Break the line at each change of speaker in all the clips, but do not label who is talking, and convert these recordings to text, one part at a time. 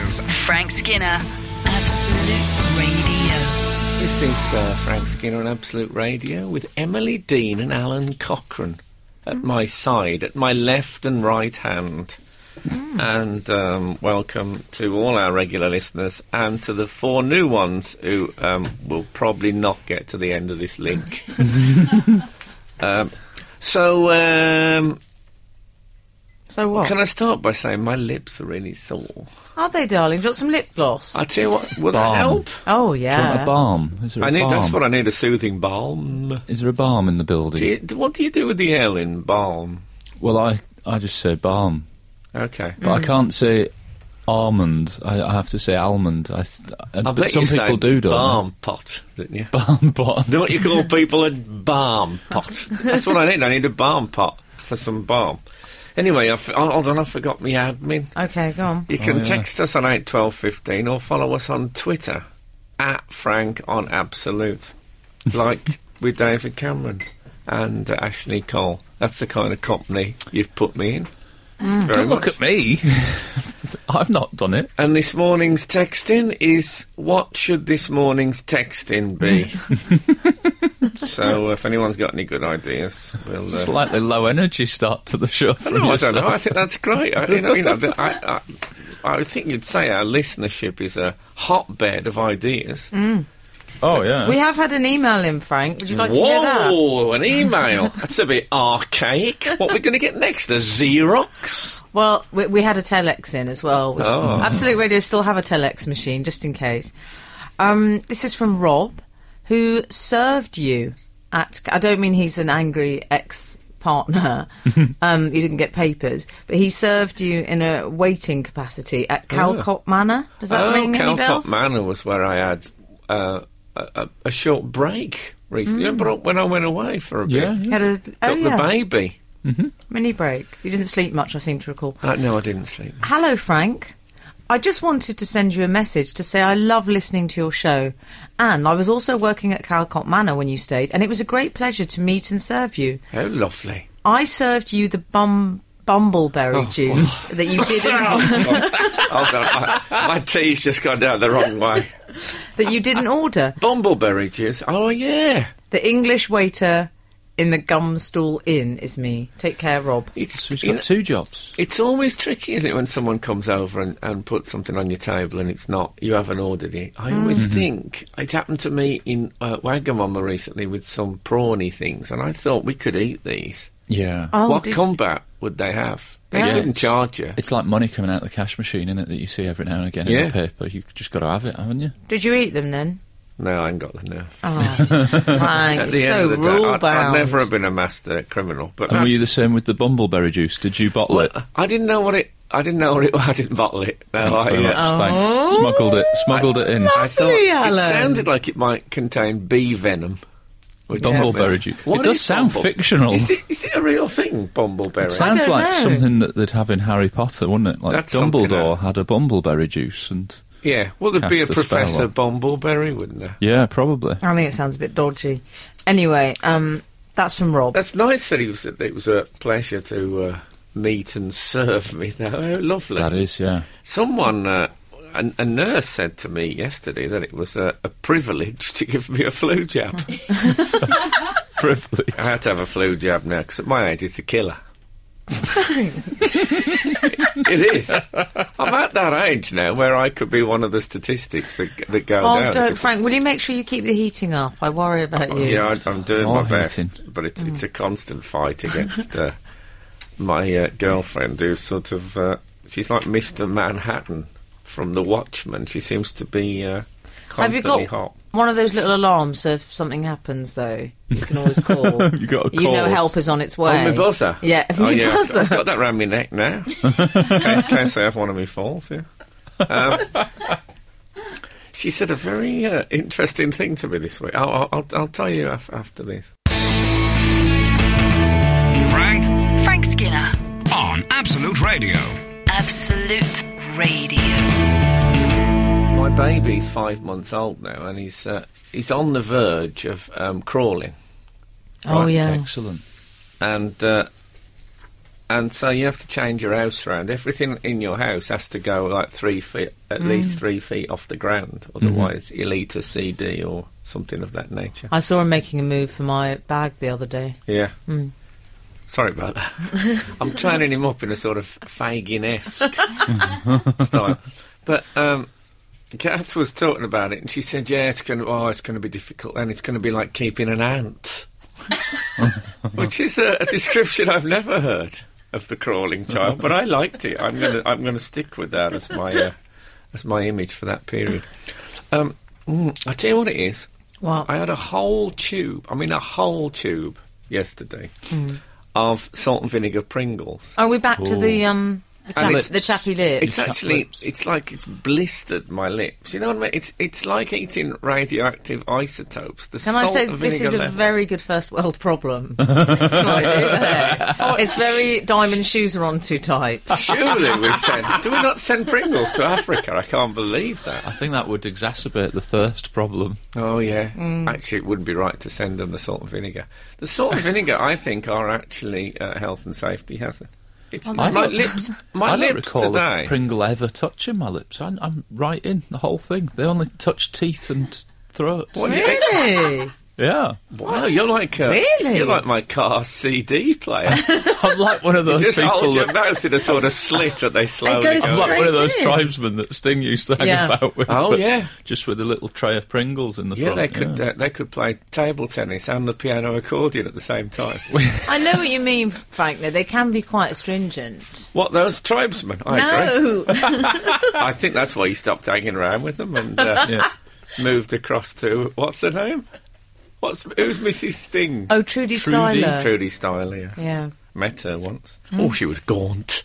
Frank Skinner, Absolute Radio.
This is uh, Frank Skinner on Absolute Radio with Emily Dean and Alan Cochrane at
Mm.
my side, at my left and right hand.
Mm.
And um, welcome to all our regular listeners and to the four new ones who um, will probably not get to the end of this link. um, so, um,
So what?
can I start by saying my lips are really sore?
Are they, darling? Do you want some lip gloss?
I tell you what, will that
Balm.
help?
oh,
Do you want
yeah.
a balm? Is there a
I need,
balm?
that's what I need a soothing balm.
Is there a balm in the building?
Do you, what do you do with the L in balm?
Well, I I just say balm,
Okay.
but I
Mm.
can't say almond. I, I have to say almond. I, th- and-
I
but
bet
some
you say
people do, don't
balm pot, didn't you?
they? Balm pot.
Do what you call people a balm pot. That's what I need. I need a balm pot for some balm. Anyway, I f- oh, hold on, I forgot my admin.
Okay, go on.
You can
Oh, yeah.
text us on eight twelve fifteen or follow us on Twitter at Frank on Absolute, like with David Cameron and uh, Ashley Cole. That's the kind of company you've put me in. Very
Don't look
much.
at me. I've not done it.
And this morning's texting is what should this morning's texting be? so uh, if anyone's got any good ideas, we'll. Uh,
Slightly low energy start to the show.
I
from
don't know, I don't
yourself.
know. I think that's great. I, you know, you know the, I, I, I think you'd say our listenership is a hotbed of ideas.
Mm,
Oh yeah.
We have had an email in, Frank. Would you like to hear that?
Whoa, an email. That's a bit archaic. What we're going to get next? A Xerox?
Well, we, we had a telex in as well. Which
Oh.
Absolute Radio still have a telex machine, just in case. Um, this is from Rob, who served you at. I don't mean he's an angry ex partner. um, you didn't get papers, but he served you in a waiting capacity at Calcott Manor. Does that
oh,
ring any bells?
Calcott Manor was where I had uh, a, a, a short break
Mm.
recently. Remember when I went away for a bit?
Yeah, yeah.
Had a, oh,
Took
yeah.
the baby.
Mini break. You didn't sleep much, I seem to recall.
Uh, no, I didn't sleep.
Hello, Frank. I just wanted to send you a message to say I love listening to your show. And I was also working at Calcott Manor when you stayed, and it was a great pleasure to meet and serve you.
How Oh, lovely.
I served you the bum bumbleberry
Oh.
juice that you didn't
Hold on, Oh, I, my tea's just gone down the wrong way.
that you didn't order.
Bumbleberry juice. Oh, yeah.
The English waiter in the Gumstool Inn is me. Take care, Rob.
It's,
So he's
you know,
got two jobs.
it's always tricky, isn't it, when someone comes over and, and puts something on your table and it's not, you haven't ordered it. I always
Mm.
think, it happened to me in uh, Wagamama recently with some prawny things, and I thought we could eat these.
Yeah.
Oh,
what
did-
combat would they have? They
Yeah.
couldn't
It's-
charge you.
It's like money coming out of the cash machine, is it? That you see every now and again
Yeah.
in the paper. You've just got to have it, haven't you?
Did you eat them then?
No, I ain't got the nerve.
Oh, Frank,
At the end
so
of the day,
rule
I'd, I'd
bound.
never have been a master criminal. But
And
no,
were you the same with the bumbleberry juice? Did you bottle
Well,
it?
I didn't know what it. I didn't know what it. I didn't bottle it. No,
Thanks
I,
very
Oh, yeah.
much.
Oh.
Thanks. Smuggled it. Smuggled it in.
I thought
Lovely,
it
Alan.
sounded like it might contain bee venom. which
Bumbleberry
is-
juice. It
What
does
is
sound fictional.
Is it, is it a real thing, bumbleberry?
It sounds
don't
like
know.
something that they'd have in Harry Potter, wouldn't it? Like
That's something,
Dumbledore
eh?
had a bumbleberry juice, and
yeah. Well, there'd be a
Cast a spell
Professor
on.
Bumbleberry, wouldn't there?
yeah, probably.
I think it sounds a bit dodgy. Anyway, um, that's from Rob.
That's nice that, he was, that it was a pleasure to uh, meet and serve me, though. How lovely.
That is, yeah.
Someone, uh, a, a nurse said to me yesterday that it was a, a privilege to give me a flu jab.
Privilege.
I had to have a flu jab now because at my age it's a killer. it is. I'm at that age now where I could be one of the statistics that, g- that go
Oh,
down. If
don't,
it's- Oh,
Frank. Will you make sure you keep the heating up? I worry about you. Mm.
yeah, I, I'm doing my
More
best,
hating.
but it's it's a constant fight against uh, my uh, girlfriend, who's sort of uh, she's like Mr. Manhattan from The Watchmen. She seems to be uh,
Have you
constantly
got
hot.
one of those little alarms so if something happens, though? You can always call.
You got a
You know
call.
help is on its way.
On my buzzer?
Yeah,
oh,
your
yeah. I've,
buzzer.
I've got that round my neck now. in case, case I have one of my falls, yeah. Um, she said a very uh, interesting thing to me this week. I'll, I'll- I'll, I'll tell you af- after this.
Frank
Frank Skinner,
on Absolute Radio.
Absolute Radio.
My baby's five months old now, and he's uh, he's on the verge of um, crawling.
oh,
Right,
yeah.
Excellent.
and uh, and so you have to change your house round. Everything in your house has to go like three feet, at least three feet off the ground. Otherwise, you'll eat a CD or something of that nature.
I saw him making a move for my bag the other day.
Yeah. Sorry about that. I'm training him up in a sort of Fagin-esque style. But um, Kath was talking about it, and she said, "Yeah, it's going to oh, it's going to be difficult, and it's going to be like keeping an ant," which is a, a description I've never heard of the crawling child. But I liked it. I'm going to I'm going to stick with that as my uh, as my image for that period. Um, mm, I tell you what it is.
What?
I had a whole tube, I mean a whole tube yesterday
Hmm.
of salt and vinegar Pringles.
Are we back to the um the,
And
chap-
it's-
the chappy lips?
It's actually,
lips.
it's like it's blistered my lips. You know what I mean? It's it's like eating radioactive isotopes. The
Can
salt
I say
and
this
vinegar
is a
level.
very good first world problem? Can I just say? Oh, it's very diamond shoes are on too tight.
Surely we send. Do we not send Pringles to Africa? I can't believe that.
I think that would exacerbate the thirst problem.
Oh yeah.
Hmm.
Actually, it wouldn't be right to send them the salt and vinegar. The salt and vinegar, I think, are actually uh, health and safety hazard. It's
Oh,
my
don't-
lips. My
I don't
lips
recall
today.
a Pringle ever touching my lips. I'm, I'm right in the whole thing. They only touch teeth and throat.
What do you think?
really?
Yeah,
Wow, you're like a,
Really?
You're like my car CD player.
I'm like one of those
Just
people.
hold your
that-
mouth in a sort of slit that they slowly
goes
go.
I'm like one of
Straight
those
in.
tribesmen that Sting used to hang
Yeah.
about with.
Oh,
but
yeah.
just with a little tray of Pringles in the
Yeah,
front.
they could Uh, they could play table tennis and the piano accordion at the same time.
I know what you mean, Frank. Though they can be quite astringent.
what those tribesmen? I agree.
No,
I think that's why you stopped hanging around with them and uh,
Yeah.
moved across to what's her name? What's who's Mrs. Sting?
oh Trudy, Styler.
Trudy Styler. Yeah.
Yeah.
Met her once. Oh, she was gaunt.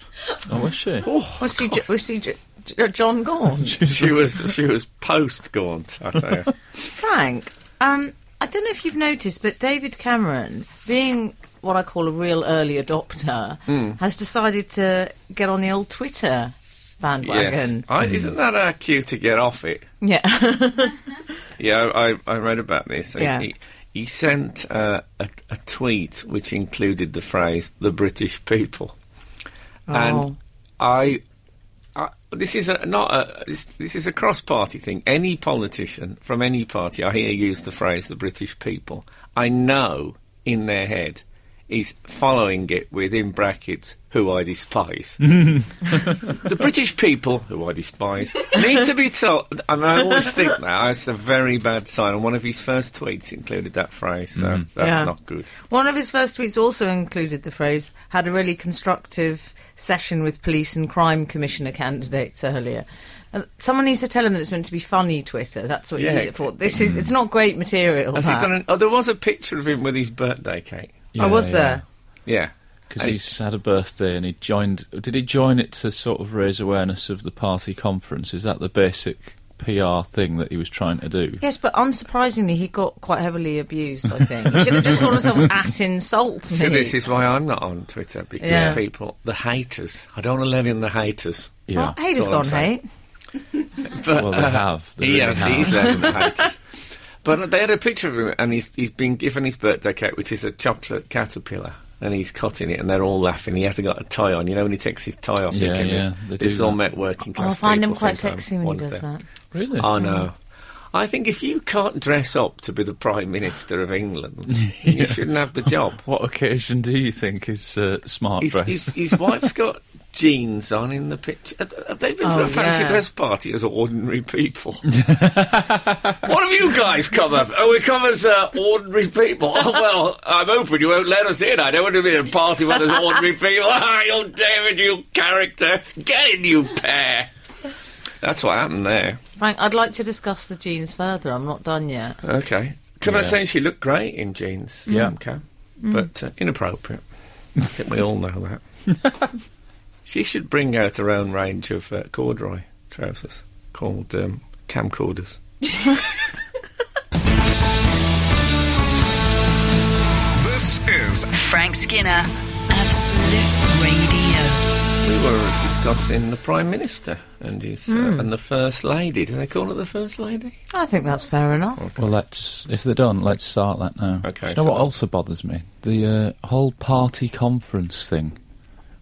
Oh, was she?
Was she? Ju- was she? Ju- Ju- John Gorn?
she was she was post gaunt. I tell you.
Frank, um, I don't know if you've noticed, but David Cameron, being what I call a real early adopter,
Hmm.
has decided to get on the old Twitter bandwagon.
I, isn't that our cue to get off it?
Yeah.
Yeah, I, I- I read about this. He-
Yeah.
He, he sent uh, a, a tweet which included the phrase "the British people,"
Oh.
and I, I this is a, not a this, this is a cross-party thing. Any politician from any party I hear use the phrase "the British people," I know in their head is following it within brackets who I despise. The British people, who I despise, need to be told. And I always think that it's a very bad sign. And one of his first tweets included that phrase, so that's
Yeah.
not good.
One of his first tweets also included the phrase, had a really constructive session with police and crime commissioner candidates earlier. And Someone needs to tell him that it's meant to be funny Twitter. That's what you
Yeah.
use it for. This is it's not great material.
Has he
that.
done an- oh, there was a picture of him with his birthday cake.
I was there.
Yeah.
Because
Hey.
he's had a birthday and he joined. Did he join it to sort of raise awareness of the party conference? Is that the basic PR thing that he was trying to do?
Yes, but unsurprisingly, he got quite heavily abused. I think he should have just called himself at insult me.
So this is why I'm not on Twitter because
Yeah.
people, the haters, I don't want to let in the haters.
Yeah.
Well, hate
that's
has
all I'm
gone
saying.
hate.
But,
Well, they have. They
Uh, he
really
has.
have.
He's let in the haters. But they had a picture of him, and he's he's been given his birthday cake, which is a chocolate caterpillar, and he's cutting it, and they're all laughing. He hasn't got a tie on. You know when he takes his tie off,
Yeah,
thinking
yeah, they
this, this
do
all
that.
met working
Oh,
class
I find him
people
quite
think I'm
sexy when he
one of
does
them.
that. Mm-hmm.
Really?
Oh no. I think if you can't dress up to be the Prime Minister of England, you shouldn't have the job.
What occasion do you think is uh, smart
His,
dress?
his, his wife's got jeans on in the picture. Have- Have they been to
Oh,
a fancy
yeah.
dress party as ordinary people? what have you guys come as? Oh, we come as uh, ordinary people. Oh, well, I'm hoping you won't let us in. I don't want to be at a party where there's ordinary people. Ah, you David, you character. Get in, you pair. That's what happened there.
Frank, I'd like to discuss the genes further. I'm not done yet.
Okay. Can I
Yeah.
say she looked great in jeans?
Yeah.
Okay. But uh, inappropriate. I think we all know that. she should bring out her own range of uh, corduroy trousers called um, camcorders.
This is
Frank Skinner, Absolute Radio.
We were discussing the Prime Minister and his uh, and the First Lady. Do they call it the First Lady?
I think that's fair enough.
Well, let's. If they don't, let's start that now.
Okay,
Do you know
so-
what also bothers me? The uh, whole party conference thing.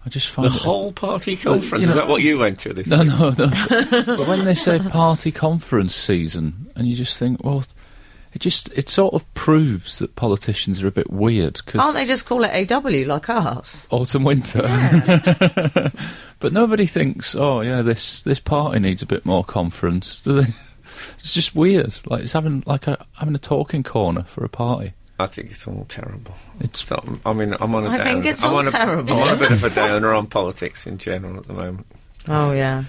I just find
The
it-
whole party conference.
know-
Is that what you went to this
No,
week?
no, no. but when they say party conference season, and you just think, well, it just it sort of proves that politicians are a bit weird
Can't
because
they just call it AW like us?
autumn winter. but nobody thinks, oh yeah, this this party needs a bit more conference, do they? It's just weird. Like it's having like a having a talking corner for a party.
I think it's all terrible.
It's-
It's not, I mean, I'm on a
I
down.
think it's
I'm
all
on a,
terrible.
I'm on a bit of a downer on politics in general at the moment.
Oh yeah.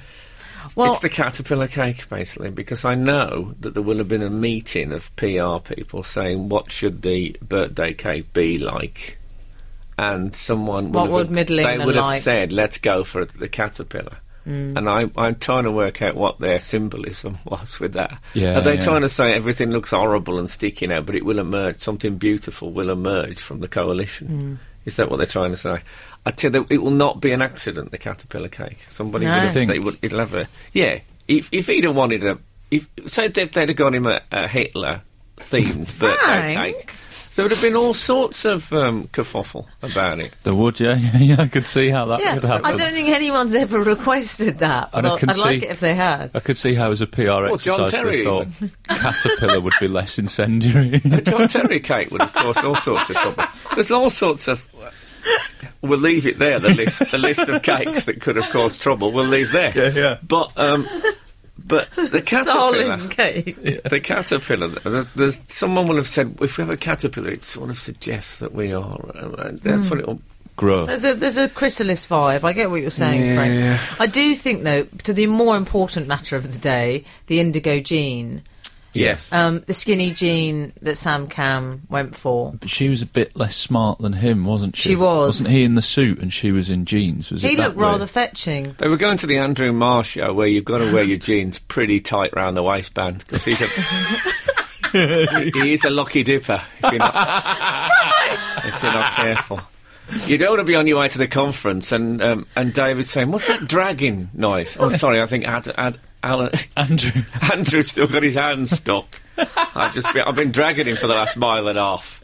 Well,
it's the caterpillar cake, basically, because I know that there will have been a meeting of PR people saying what should the birthday cake be like, and someone
What
will
would
have,
middling
they
and
would
like? Mm.
have said, "Let's go for the caterpillar." And I, I'm trying to work out what their symbolism was with that.
Yeah,
Are they
yeah.
trying to say everything looks horrible and sticky now, but it will emerge? Something beautiful will emerge from the coalition. Is that what they're trying to say? I tell you, it will not be an accident. The caterpillar cake. Somebody
No.
would have
Think.
they would it'll have a yeah. If if he'd have wanted a if say if they'd, they'd have got him a, a Hitler themed birthday
Frank.
cake, there would have been all sorts of um, kerfuffle about it.
The wood, yeah, yeah, yeah. I could see how that
yeah.
could happen.
I don't think anyone's ever requested that.
And I
but
can
I'd like
see-
it if they had.
I could see how, as a PR
John
exercise,
Terry
they thought caterpillar would be less incendiary.
A John Terry cake would have caused all sorts of trouble. There's all sorts of. We'll leave it there. The list, the list of cakes that could have caused trouble, we'll leave there.
Yeah, yeah.
But um, but the caterpillar.
Starling cake.
the caterpillar. th- th- There's, someone will have said, if we have a caterpillar, it sort of suggests that we are. uh, uh, That's what it will.
Grow.
There's a there's a chrysalis vibe. I get what you're saying,
Yeah.
Frank. I do think though, to the more important matter of the day, the indigo gene,
Mm.
Yes.
um, the skinny gene that Sam Cam went for.
But she was a bit less smart than him, wasn't she?
She was.
Wasn't he in the suit and she was in jeans? Was
He
it that
looked rather
way?
fetching.
they were going to the Andrew Marr show where you've got to wear your jeans pretty tight round the waistband because he's a. he is a lucky dipper if you're, not, if you're not careful. You don't want to be on your way to the conference and um, and David's saying, What's that dragging noise? Oh, sorry, I think Ad, Ad, Alan,
Andrew.
Andrew's still got his hands stuck. I've just been, I've been dragging him for the last mile and a half.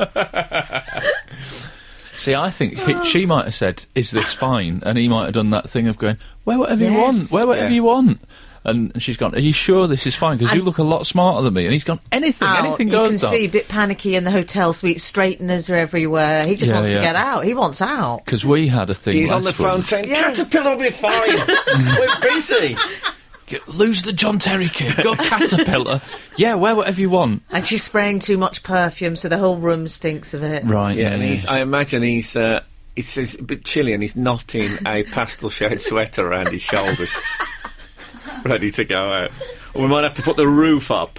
See, I think he, she might have said, "Is this fine?" and he might have done that thing of going, "Wear whatever you want.
Yes.
Wear whatever
Yeah.
you want." And she's gone, "Are you sure this is fine? Because you
And-
look a lot smarter than me." And he's gone, "Anything,
Out.
anything
you
goes."
can see a bit panicky in the hotel suite. Straighteners are everywhere. He just
Yeah,
wants
yeah.
to get out. He wants out.
Because we had a thing.
He's on the
last
phone
week.
saying,
Yeah.
Caterpillar will be fine. We're busy.
Get- Lose the John Terry kid. Go caterpillar. yeah, wear whatever you want.
And she's spraying too much perfume, so the whole room stinks of it.
Right.
Yeah, and he's, I imagine he's, uh, he's, he's a bit chilly and he's not in a pastel shade sweater around his shoulders, ready to go out. Or we might have to put the roof up.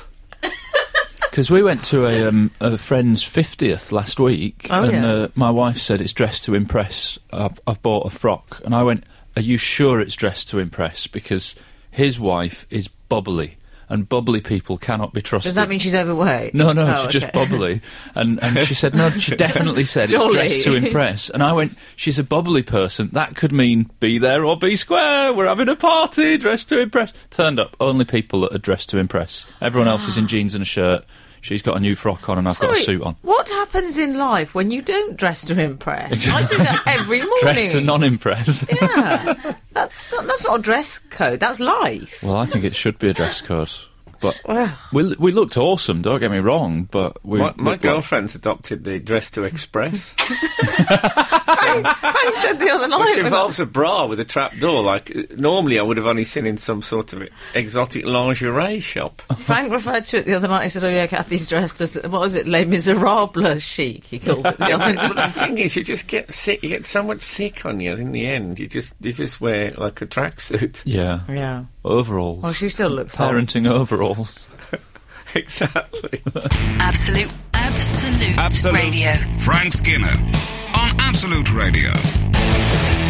Because we went to a, um, a friend's 50th last week,
Oh,
and
yeah.
uh, my wife said, It's dressed to impress. I've, I've bought a frock. And I went, Are you sure it's dressed to impress? Because his wife is bubbly, and bubbly people cannot be trusted.
Does that mean she's overweight?
No, no,
Oh,
she's just
okay.
bubbly. And, and she said, no, she definitely said it's
Jolly.
dressed to impress. And I went, she's a bubbly person. That could mean be there or be square. We're having a party, dressed to impress. Turned up, only people that are dressed to impress. Everyone else
Ah.
is in jeans and a shirt. She's got a new frock on and I've got a
Sorry,
suit on.
What happens in life when you don't dress to impress? I do that every morning.
Dressed to non-impress.
Yeah. That's not, that's not a dress code. That's life.
well, I think it should be a dress code. But
Well.
we, we looked awesome, don't get me wrong, but we...
My, my
looked like-
girlfriend's adopted the dress to express,
Frank said the other night.
which
when I-
involves a bra with a trap door. Like, uh, normally I would have only seen in some sort of exotic lingerie shop.
Frank referred to it the other night. He said, "Oh yeah, Kathy's dressed as what was it, Les Miserables chic?" He called it. The other
But the
night.
thing is, you just get sick. You get so much sick on you in the end. You just you just wear like a tracksuit.
Yeah.
yeah.
Overalls.
Well, she still looks hot.
Parenting overalls.
exactly.
Absolute, absolute,
Absolute.
radio.
Frank Skinner on Absolute Radio.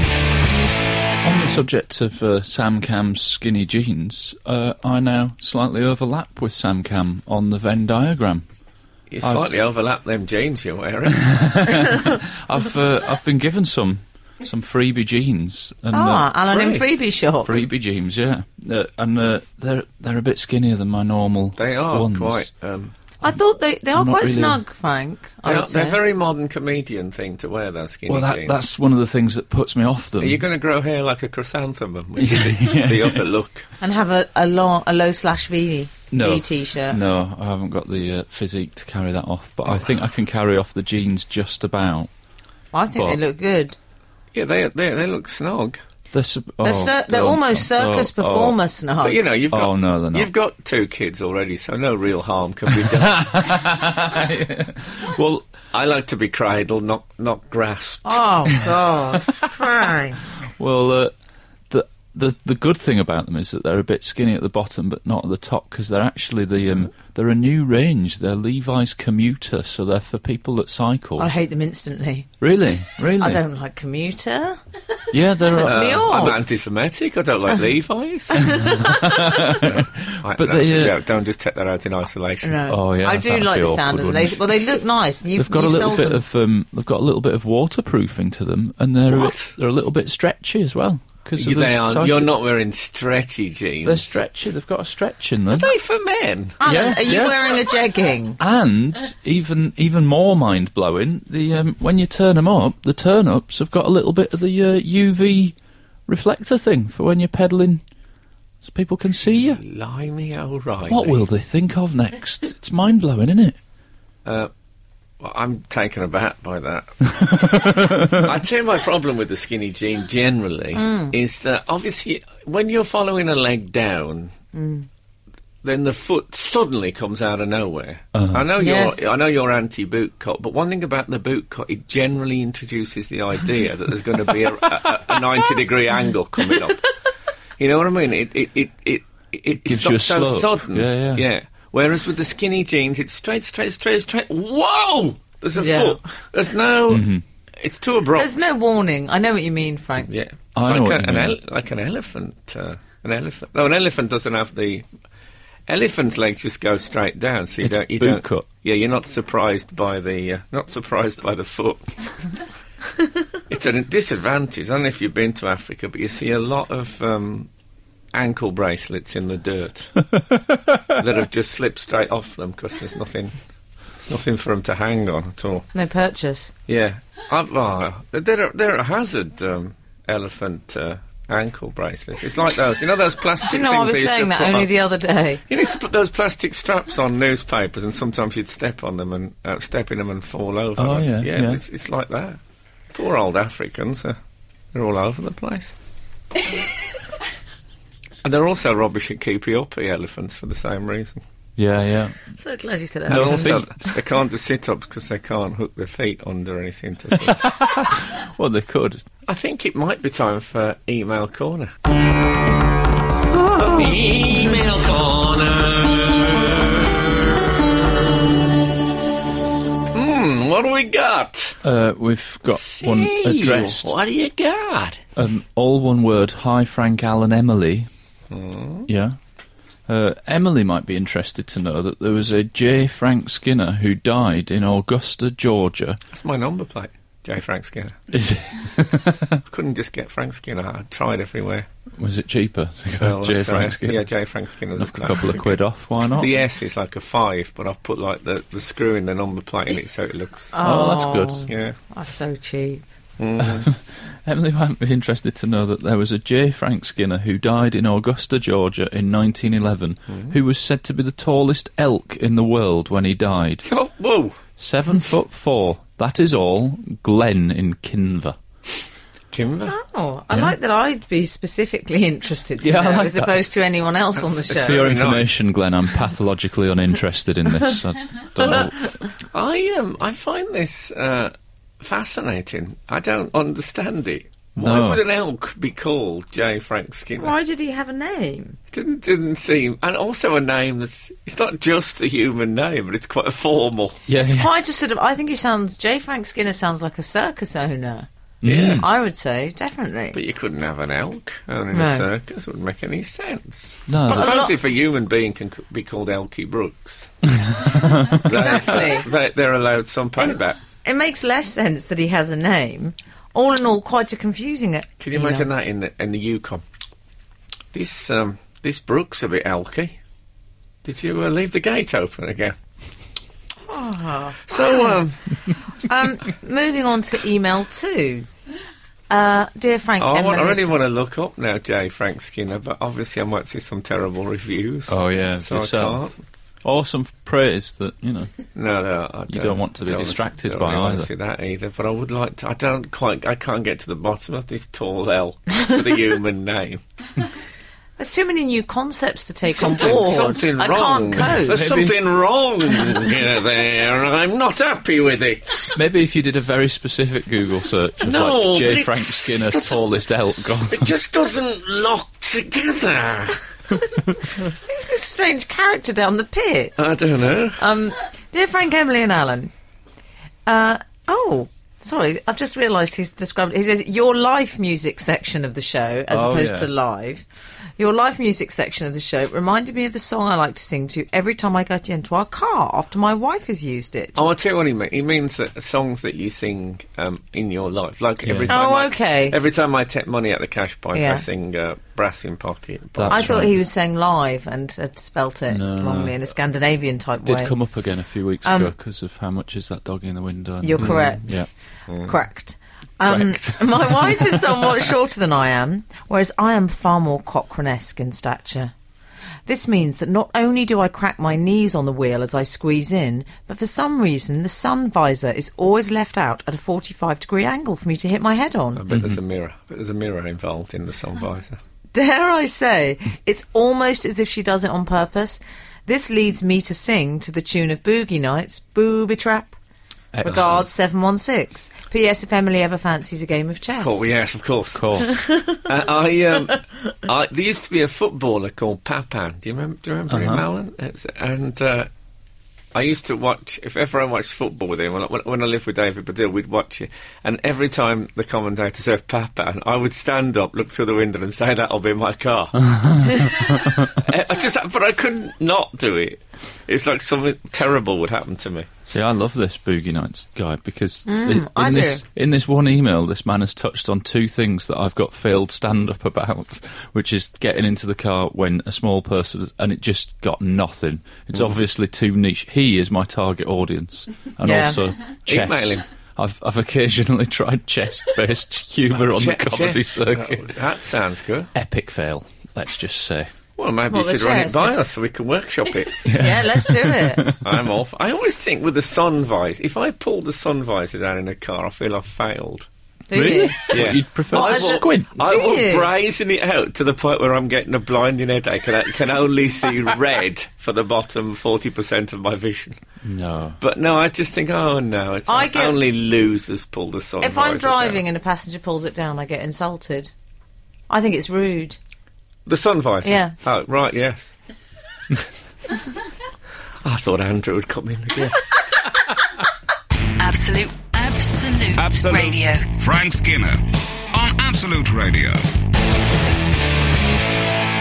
On the subject of uh, Sam Cam's skinny jeans, uh, I now slightly overlap with Sam Cam on the Venn diagram.
You slightly overlap them jeans you're wearing.
I've uh, I've been given some some freebie jeans and
Ah,
uh,
Alan in freebie shop.
freebie jeans, yeah, uh, and uh, they're they're a bit skinnier than my normal.
They are
ones.
quite. Um,
I thought they, they are
not
quite
really-
snug, Frank. I
They're,
would
they're
say.
very modern comedian thing to wear those skinny
uh, Well, that,
jeans.
that's one of the things that puts me off them.
Are you going to grow hair like a chrysanthemum, which is the, the other look?
and have a, a long a low slash V
no
V t-shirt.
No, I haven't got the uh, physique to carry that off, but I think I can carry off the jeans just about.
I think they
But-
look good.
Yeah, they they, they look snog.
They're, sub-
They're,
oh,
cir- they're
don't-
almost
oh,
circus
oh.
performer snug.
But you know, you've got
Oh, no, they're not.
you've got two kids already, so no real harm can be done.
Well,
I like to be cradled, not not grasped.
Oh god, Frank.
well, uh, the the the good thing about them is that they're a bit skinny at the bottom, but not at the top because they're actually the um, they're a new range. They're Levi's commuter, so they're for people that cycle.
I hate them instantly.
really, really.
I don't like commuter.
Yeah, they're.
Puts me
uh,
off.
I'm anti-Semitic. I don't like Levi's. but
But
that's
they,
a
uh,
joke. Don't just take that out in isolation.
No.
Oh, yeah,
I do
that'd
like
be
the sound
awkward,
of them. They,
wouldn't it?
well, they look nice. You've,
They've got a
you've
little
sold
bit
them.
of um, they've got a little bit of waterproofing to them, and they're a
What?
bit, they're a little bit stretchy as well. Because
You- they are.
cycle-
You're not wearing stretchy jeans.
They're stretchy. They've got a stretch in them.
They for men.
Alan,
Yeah,
are you
yeah.
wearing a jegging?
And even even more mind blowing, the um, when you turn them up, the turn ups have got a little bit of the uh, UV reflector thing for when you're pedalling, so people can see you.
Limey O'Reilly.
What will they think of next? It's mind blowing, isn't it?
Well, I'm taken aback by that. I tell you, my problem with the skinny jean generally is that obviously when you're following a leg down, Mm. then the foot suddenly comes out of nowhere.
Uh-huh.
I know
Yes.
you're, I know you're anti boot cut, but one thing about the boot cut, it generally introduces the idea that there's going to be a, a, a 90 degree angle coming up. You know what I mean? It it it it, it, it
gives you a
so
slope.
sudden.
Yeah, yeah.
Whereas with the skinny jeans, it's straight, straight, straight, straight. Whoa! There's a
Yeah. Mm-hmm.
foot. There's no. It's too abrupt.
There's no warning. I know what you mean, Frank.
Yeah. It's
I
like,
know what
a-
you
an
mean.
like an elephant. Uh, an elephant. No, an elephant doesn't have the. Elephant's legs just go straight down, so you
It's
don't. You
boot
don't.
cut.
Yeah, you're not surprised by the. Uh, not surprised by the foot. it's a disadvantage. I don't know if you've been to Africa, but you see a lot of um, ankle bracelets in the dirt that have just slipped straight off them because there's nothing, nothing for them to hang on at all.
No purchase.
Yeah, I, well, they're a- they're a hazard. Um, elephant uh, ankle bracelets. It's like those, you know, those plastic
You know, I
things.
was
they used
saying
to
that
put
only
on-
the other day.
You used to put those plastic straps on newspapers, and sometimes you'd step on them and uh, step in them and fall over.
Oh,
Like,
yeah, yeah.
It's, it's like that. Poor old Africans. Uh, they're all over the place. And they're also rubbish at keepy up the elephants for the same reason.
Yeah, yeah.
So glad you said
And
that.
also, they can't do sit ups because they can't hook their feet under anything to sort of
Well, they could.
I think it might be time for Email Corner. Email Corner! Hmm, what do we got?
Uh, we've got one
Hey,
addressed.
What do you got?
Um, all one word. Hi, Frank, Alan, Emily. Yeah. Uh, Emily might be interested to know that there was a J. Frank Skinner who died in Augusta, Georgia.
That's my number plate. J. Frank Skinner.
Is it,
I couldn't just get Frank Skinner. I tried everywhere.
was it cheaper? to
So
go J.
that's, uh,
Frank Skinner.
Yeah, J. Frank Skinner.
Knock a couple of quid off. Why not?
The S is like a five, but I've put like the, the screw in the number plate in it so it looks.
Oh, that's good.
Yeah.
That's so cheap.
Emily might be interested to know that there was a J. Frank Skinner who died in Augusta, Georgia, in 1911,
Mm.
who was said to be the tallest elk in the world when he died.
Oh, whoa!
Seven foot four. That is all. Glen in Kinver.
Kimber?
Oh, I
Yeah.
like that I'd be specifically interested to
Yeah, I
know,
like
as
that.
opposed to anyone else
That's-
on the
it's
show.
For your
Very nice.
information, Glenn, I'm pathologically uninterested in this. I don't know.
I um, I find this uh, fascinating. I don't understand it. Why
No.
would an elk be called J. Frank Skinner?
Why did he have a name?
Didn't didn't seem, and also a name that's it's not just a human name, but it's quite a formal.
Yeah,
It's
yeah.
quite just sort of. I think he sounds. J. Frank Skinner sounds like a circus owner.
Yeah.
I would say definitely.
But you couldn't have an elk out in a
No.
circus. Wouldn't make any sense.
No.
I
But a
suppose
lot-
if a human being can c- be called Elkie Brooks, uh,
Exactly.
they, they're allowed some payback.
it makes less sense that he has a name. All in all, quite a confusing. e-,
Can you imagine that in the in the Yukon? This um, this brook's a bit elky. Did you uh, leave the gate open again? So, um,
Um, moving on to email two. Uh, dear Frank,
Oh, I,
Emily,
want, I really want to look up now, J. Frank Skinner, but obviously I might see some terrible reviews.
Oh, yeah,
so I
yourself.
can't.
Or some praise that, you know.
No, no, I don't,
don't want to be
wanna-
distracted
don't
by
really wanna
either.
See that either, but I would like to. I don't quite. I can't get to the bottom of this tall L with a human name.
there's too many new concepts to take on
Something,
board.
something
I
wrong.
can't cope.
There's
Maybe-
something wrong uh, there. I'm not happy with it.
Maybe if you did a very specific Google search of
No,
like
but
J.
it's-
Frank Skinner
that's-
tallest elk gone.
It just doesn't lock together.
Who's this strange character down the pit?
I don't know.
Um, dear Frank, Emily, and Alan. Uh, oh, sorry, I've just realised he's described. He says your live music section of the show, as
Oh,
opposed
yeah.
to live. Your live music section of the show reminded me of the song I like to sing to every time I get into our car after my wife has used it.
Oh, I'll tell you what he means. He means that songs that you sing um, in your life. Like every time.
Oh,
I,
okay.
Every time I take money at the cash point,
Yeah.
I sing uh, Brass in Pocket.
That-
But
I
That's
thought
right.
he was saying live and had spelt it
No,
wrongly
no.
in a Scandinavian type
Did
way.
come up again a few weeks ago 'cause ago because of how much is that dog in the window. and-
Um, You're correct.
Yeah.
Correct. Um,
Correct.
my wife is somewhat shorter than I am, whereas I am far more Cochrane-esque in stature. This means that not only do I crack my knees on the wheel as I squeeze in, but for some reason the sun visor is always left out at a 45 degree angle for me to hit my head on.
I bet there's a mirror. I bet there's a mirror involved in the song
Ah,
visor.
Dare I say, it's almost as if she does it on purpose. This leads me to sing to the tune of Boogie Nights, Booby Trap.
Excellent.
Regards 716. P.S. If Emily ever fancies a game of chess.
Oh, yes, of course.
Cool.
Uh, I, um, I there used to be a footballer called Papan. Do you remember? Do you remember
Uh-huh.
him, Alan? It's, and uh, I used to watch. If ever I watched football with him, when I, when, when I lived with David Badil, we'd watch it. And every time the commentator said Papan, I would stand up, look through the window, and say, "That'll be my car." I I just, but I couldn't not do it. It's like something terrible would happen to me.
See, I love this Boogie Nights guy because
Mm,
i- in,
I do.
this in this one email, this man has touched on two things that I've got failed stand up about, which is getting into the car when a small person and it just got nothing. It's
Mm.
obviously too niche. He is my target audience, and
Yeah.
also chess.
Email him.
I've I've occasionally tried chess based humour on the
Che- che-
comedy circuit.
Oh, that sounds good.
Epic fail. Let's just say.
Well, maybe
Well,
you
the
should run
chairs,
it by
let's-
us so we can workshop it.
Yeah, let's do it.
I'm off. I always think with the sun visor, if I pull the sun visor down in a car, I feel I've failed.
Do you?
Yeah.
You'd prefer
I
to
will-
squint.
I
Do
will
you?
brazen it out to the point where I'm getting a blinding headache and I can only see red for the bottom 40% of my vision.
No.
But no, I just think, oh no, it's
I
like
get-
only losers pull the sun
If
visor
I'm driving
down.
and a passenger pulls it down, I get insulted. I think it's rude.
The sun visor?
Yeah.
Oh, right, yes. I thought Andrew would come in again.
Absolute, absolute,
Absolute.
radio.
Frank Skinner on Absolute Radio.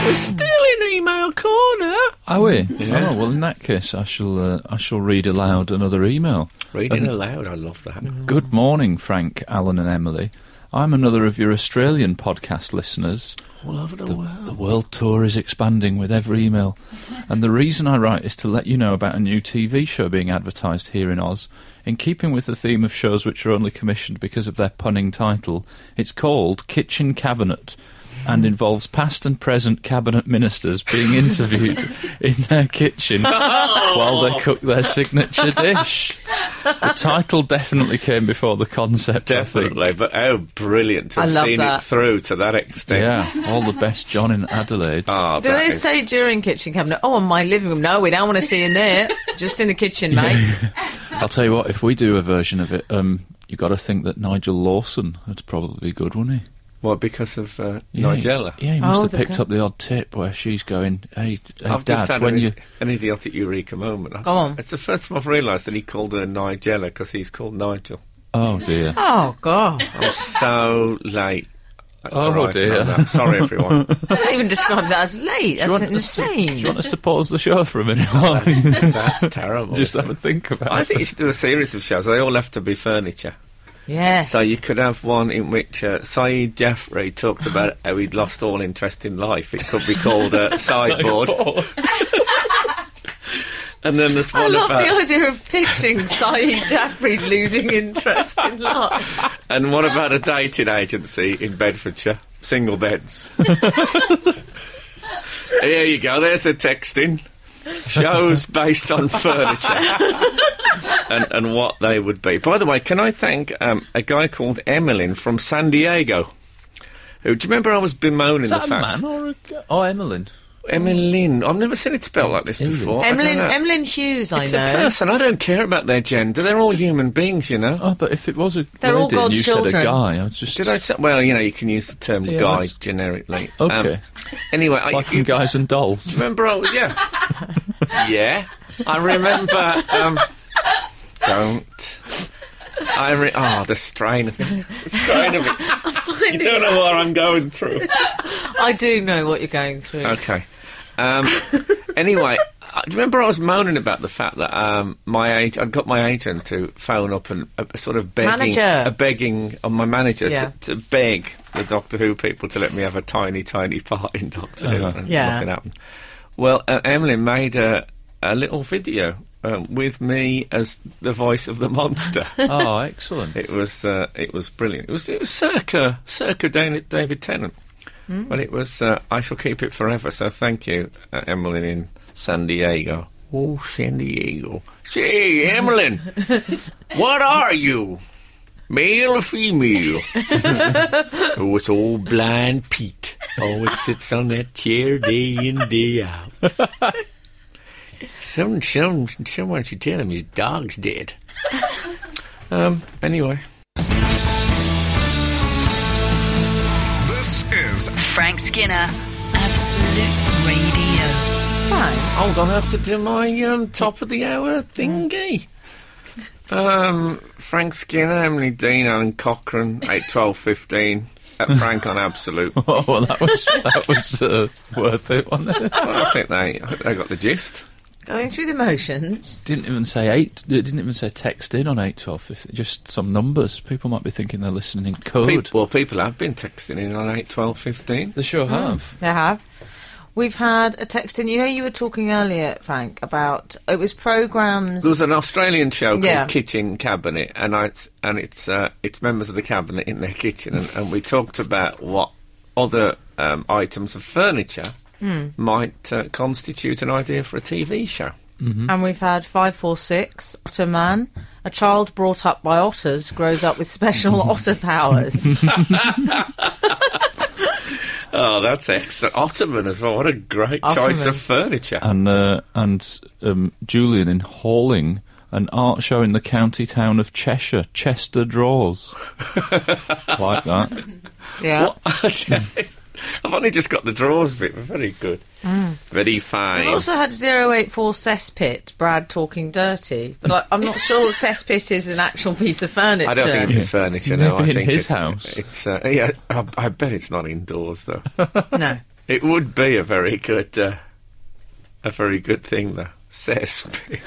We're still in email corner.
Are we? Oh well, in that case, I shall uh, I shall read aloud another email.
Reading aloud, I love that.
Good morning, Frank, Alan, and Emily. I'm another of your Australian podcast listeners.
All over the, world.
The world tour is expanding with every email, and the reason I write is to let you know about a new TV show being advertised here in Oz. In keeping with the theme of shows which are only commissioned because of their punning title, it's called Kitchen Cabinet. And involves past and present cabinet ministers being interviewed in their kitchen while they cook their signature dish. The title definitely came before the concept. I think.
Definitely, but how brilliant to
I
have
love
seen
that.
it through to that extent.
Yeah, all the best, John in Adelaide.
Ah,
Do
that
they
is-
say during kitchen cabinet, oh, in my living room? No, we don't want to see in there. Just in the kitchen, mate.
I'll tell you what, if we do a version of it, um, you got to think that Nigel Lawson would probably be good, wouldn't he?
Well, because of uh,
Yeah, he-
Nigella.
Yeah, he must
Oh,
have
the
picked
girl.
up the odd tip where she's going, hey, hey
I've just
Dad,
had
when
an,
you.
id- an idiotic eureka moment. I-
Go on.
It's the first time I've realised that he called her Nigella because he's called Nigel.
Oh, dear.
Oh, God.
I'm so late. at
Oh,
arriving
dear.
on that. Sorry, everyone.
I wouldn't even describe that as late.
Do you
That's
want us to- do you
insane.
want us to pause the show for a minute while
That's terrible.
just have a think about
I
it?
think you should do a series of shows. They all have to be furniture.
Yes.
So you could have one in which uh, Saeed Jeffrey talked about how he'd lost all interest in life. It could be called uh, Sideboard. and then the
I
swallow
love
back.
the idea of pitching Saeed Jafri losing interest in life.
And what about a dating agency in Bedfordshire? Single beds. there you go. There's the texting. Shows based on furniture and, and what they would be. By the way, can I thank um, a guy called Emmeline from San Diego? Who, do you remember I was bemoaning
Is that
the
a
fact?
man or a g- Oh, Emmeline.
Emmeline. I've never seen it spelled like this before. I don't
Emlyn,
know.
Emlyn Hughes, I
It's
know.
a person. I don't care about their gender. They're all human beings, you know.
Oh, but if it was a
They're all
lady and
God's
you said
children.
a guy, I was just
Did I say? Well, you know, you can use the term
Yeah,
guy
that's-
generically. Um,
Okay.
anyway, I,
like
you
in guys and dolls.
remember? I, yeah, yeah. I remember. Um, don't. I re- oh, the strain of it. The strain of it. You don't know what I'm going through.
I do know what you're going through.
Okay. Um, anyway, I do you remember I was moaning about the fact that um, my age, I'd got my agent to phone up and uh, sort of begging,
Manager.
a begging on my manager
Yeah.
to, to beg the Doctor Who people to let me have a tiny, tiny part in Doctor Who, and
Uh-huh. Yeah.
nothing happened. Well, uh, Emily made a, a little video. Um, with me as the voice of the monster,
Oh, excellent.
it was uh, it was brilliant. It was it was circa circa Dan- David Tennant, but it was uh, I shall keep it forever. So thank you, uh, Emmeline in San Diego. Oh, San Diego. Say, Emmeline, what are you? Male or female? oh, it's old blind Pete. Always sits on that chair day in, day out. Some, some, someone should tell him his dog's dead. Um, anyway.
This is
Frank Skinner, Absolute Radio.
Hold on, I have to do my um, top of the hour thingy. Um, Frank Skinner, Emily Dean, Alan Cochrane, eight twelve fifteen. At Frank on Absolute. Well,
Oh, well, that was that was uh, worth it. Wasn't it?
I think they, I think they got the gist.
Going through the motions.
Didn't even say eight. It didn't even say text in on eight twelve fifty. Just some numbers. People might be thinking they're listening in code.
People, well, people have been texting in on eight twelve fifteen.
They sure have.
They have. We've had a text in. You know, you were talking earlier, Frank, about it was programs.
There was an Australian show called
Yeah.
Kitchen Cabinet, and I, and it's uh, it's members of the cabinet in their kitchen, and, and we talked about what other um, items of furniture might uh, constitute an idea for a TV show. Mm-hmm.
And we've had 546, Otter Man. A child brought up by otters grows up with special otter powers.
Oh, that's excellent. Ottoman as well. What a great choice
Ottoman.
of furniture.
And uh, and um, Julian in Halling, an art show in the county town of Cheshire. Chester draws. like that.
Yeah.
Uh,
What? I've only just got the drawers bit. but Very good.
Mm.
Very fine.
We've also had 084 Cesspit, Brad talking dirty. But like, I'm not sure that Cesspit is an actual piece of furniture.
I don't think it's furniture. No,
Maybe
I
in
think
his
it's,
house.
It's uh, yeah. I, I bet it's not indoors though.
No.
it would be a very good, uh, a very good thing though. Cesspit.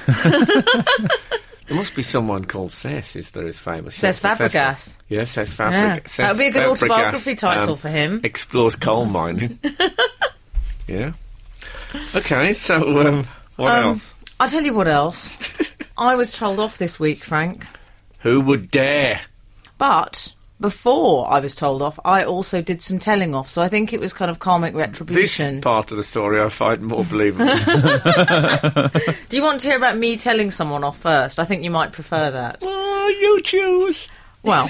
there must be someone called Cess. Is there? Is famous?
Cesc
Yes, the
Fabregas.
Yeah, Cess
Yeah.
Fabregas.
That would be a good
Cesc
autobiography
Fabregas,
title
um,
for him.
explores coal mining. yeah. Okay, so um, what
Um,
else?
I'll tell you what else. I was told off this week, Frank.
Who would dare?
But before I was told off, I also did some telling off. So I think it was kind of karmic
This
retribution.
part of the story I find more believable.
Do you want to hear about me telling someone off first? I think you might prefer that.
oh, you choose.
Well,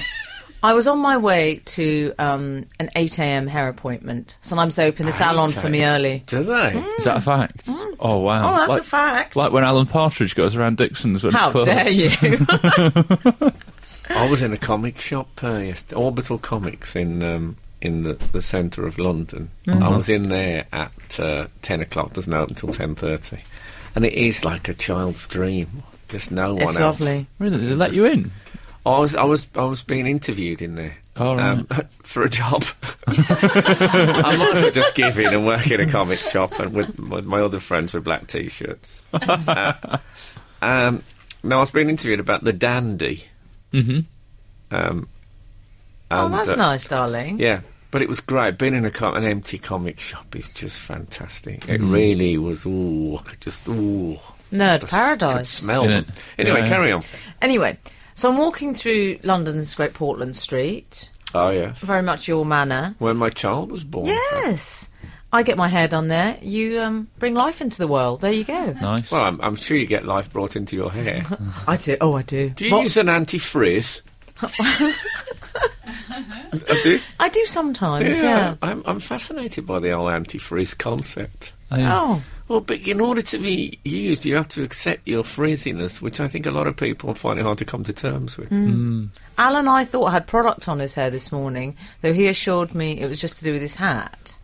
I was on my way to um, an 8 a.m. hair appointment. Sometimes they open the salon for me early. Hmm?
Do they?
Is that a fact? Oh wow!
Oh, that's
like,
a fact.
Like when Alan Partridge goes around Dixon's when
How
it's closed.
dare you?
I was in a comic shop uh, yesterday, Orbital Comics in um, in the, the centre of London.
Mm-hmm.
I was in there at uh, ten o'clock. Doesn't open until ten thirty, and it is like a child's dream. There's no one
it's
else.
lovely.
Really? They let you in?
I was I was I was being interviewed in there. um,
Oh, right.
for a job. I might as well just give in and work in a comic shop and with, with my other friends with black t-shirts. Uh, um, no, I was being interviewed about the dandy. Mm-hmm. Um,
Oh,
and,
that's
uh,
nice, darling.
Yeah, But it was great. Being in a com- an empty comic shop is just fantastic.
Mm-hmm.
It really was. Ooh, I could just ooh.
Nerd
the s- Could
paradise.
smell
Yeah.
them. Anyway,
Yeah.
carry on.
Anyway, so I'm walking through London's Great Portland Street,
Oh yes.
very much your manner.
When my child was born.
Yes. I get my hair done there. You um, bring life into the world. There you go.
Nice.
Well, I'm, I'm sure you get life brought into your hair.
I do. Oh, I do.
Do you
What-
use an antifrizz? I do.
I do sometimes. Yeah.
I'm, I'm fascinated by the whole antifrizz concept.
Oh, yeah.
Oh,
Well, but in order to be used, you have to accept your frizziness, which I think a lot of people find it hard to come to terms with.
Mm. Alan, I thought had product on his hair this morning, though he assured me it was just to do with his hat.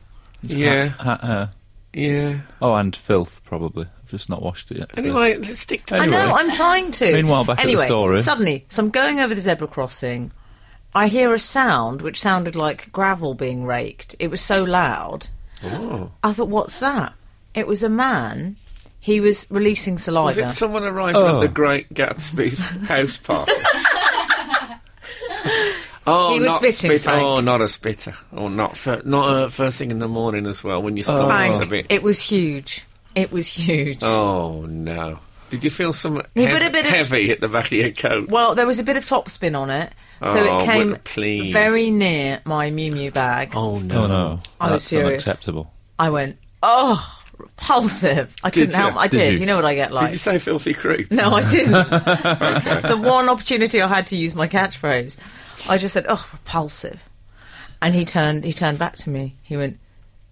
Yeah,
Ha- ha-
yeah.
oh, and filth probably. I've just not washed it yet.
Anyway, let's stick to
I
the
I know.
Anyway.
I'm trying to.
Meanwhile, back at the
anyway,
storeroom.
suddenly, so I'm going over the zebra crossing. I hear a sound which sounded like gravel being raked. It was so loud.
Oh.
I thought, what's that? It was a man. He was releasing
Was
saliva.
it someone arriving
Oh.
at the Great Gatsby's house party? Oh,
He was
not
spitting,
spit-
Frank.
Oh, not a spitter. Or not fir- not uh, first thing in the morning as well when your stomach's
Frank,
Oh. a bit.
it was huge. It was huge.
Oh no! Did you feel some
He
heav-
put a bit of-
heavy at the back of your coat?
Well, there was a bit of topspin on it, so
Oh,
it came
well, please.
very near my Mew Mew bag.
Oh no!
Oh no,
I was
that's
furious.
unacceptable.
I went, oh, repulsive. I
Did
couldn't help
you?
I
Did
did.
you?
you? know what I get
Did
like?
you say filthy creep?
no, I didn't. the one opportunity I had to use my catchphrase, I just said, oh, repulsive. And he turned, he turned back to me. He went,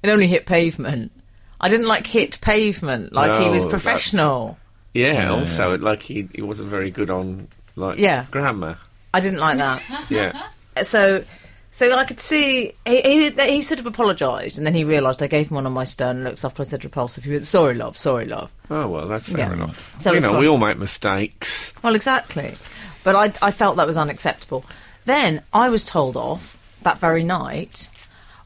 it only hit pavement. I didn't like hit pavement, like he
No,
was
that's-
professional.
Yeah, also, like he, he wasn't very good on like
Yeah.
grammar.
I didn't like that.
Yeah.
so so I could see he he, he sort of apologised and then he realised I gave him one on my stern looks after I said repulsive. He went, "Sorry, love. Sorry, love."
oh well, that's fair
Yeah.
enough.
So
you
it's
know,
fine.
we all make mistakes.
Well, exactly. But I I felt that was unacceptable. Then I was told off that very night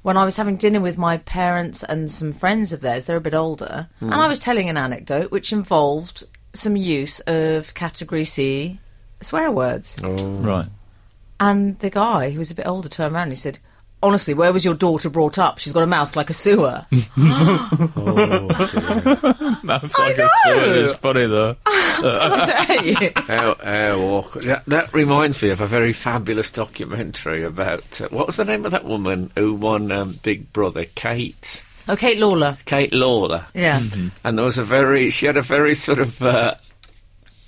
when I was having dinner with my parents and some friends of theirs. They're a bit older, and I was telling an anecdote which involved some use of category C swear words.
Oh.
Right.
And the guy, who was a bit older, turned around and he said, Honestly, where was your daughter brought up? She's got a mouth like a sewer.
Mouth like
know!
a sewer is funny though.
How, how awkward. That, that reminds me of a very fabulous documentary about uh, what was the name of that woman who won um, Big Brother? Kate.
oh, Kate Lawler.
Kate Lawler.
Yeah.
and there was a very she had a very sort of uh,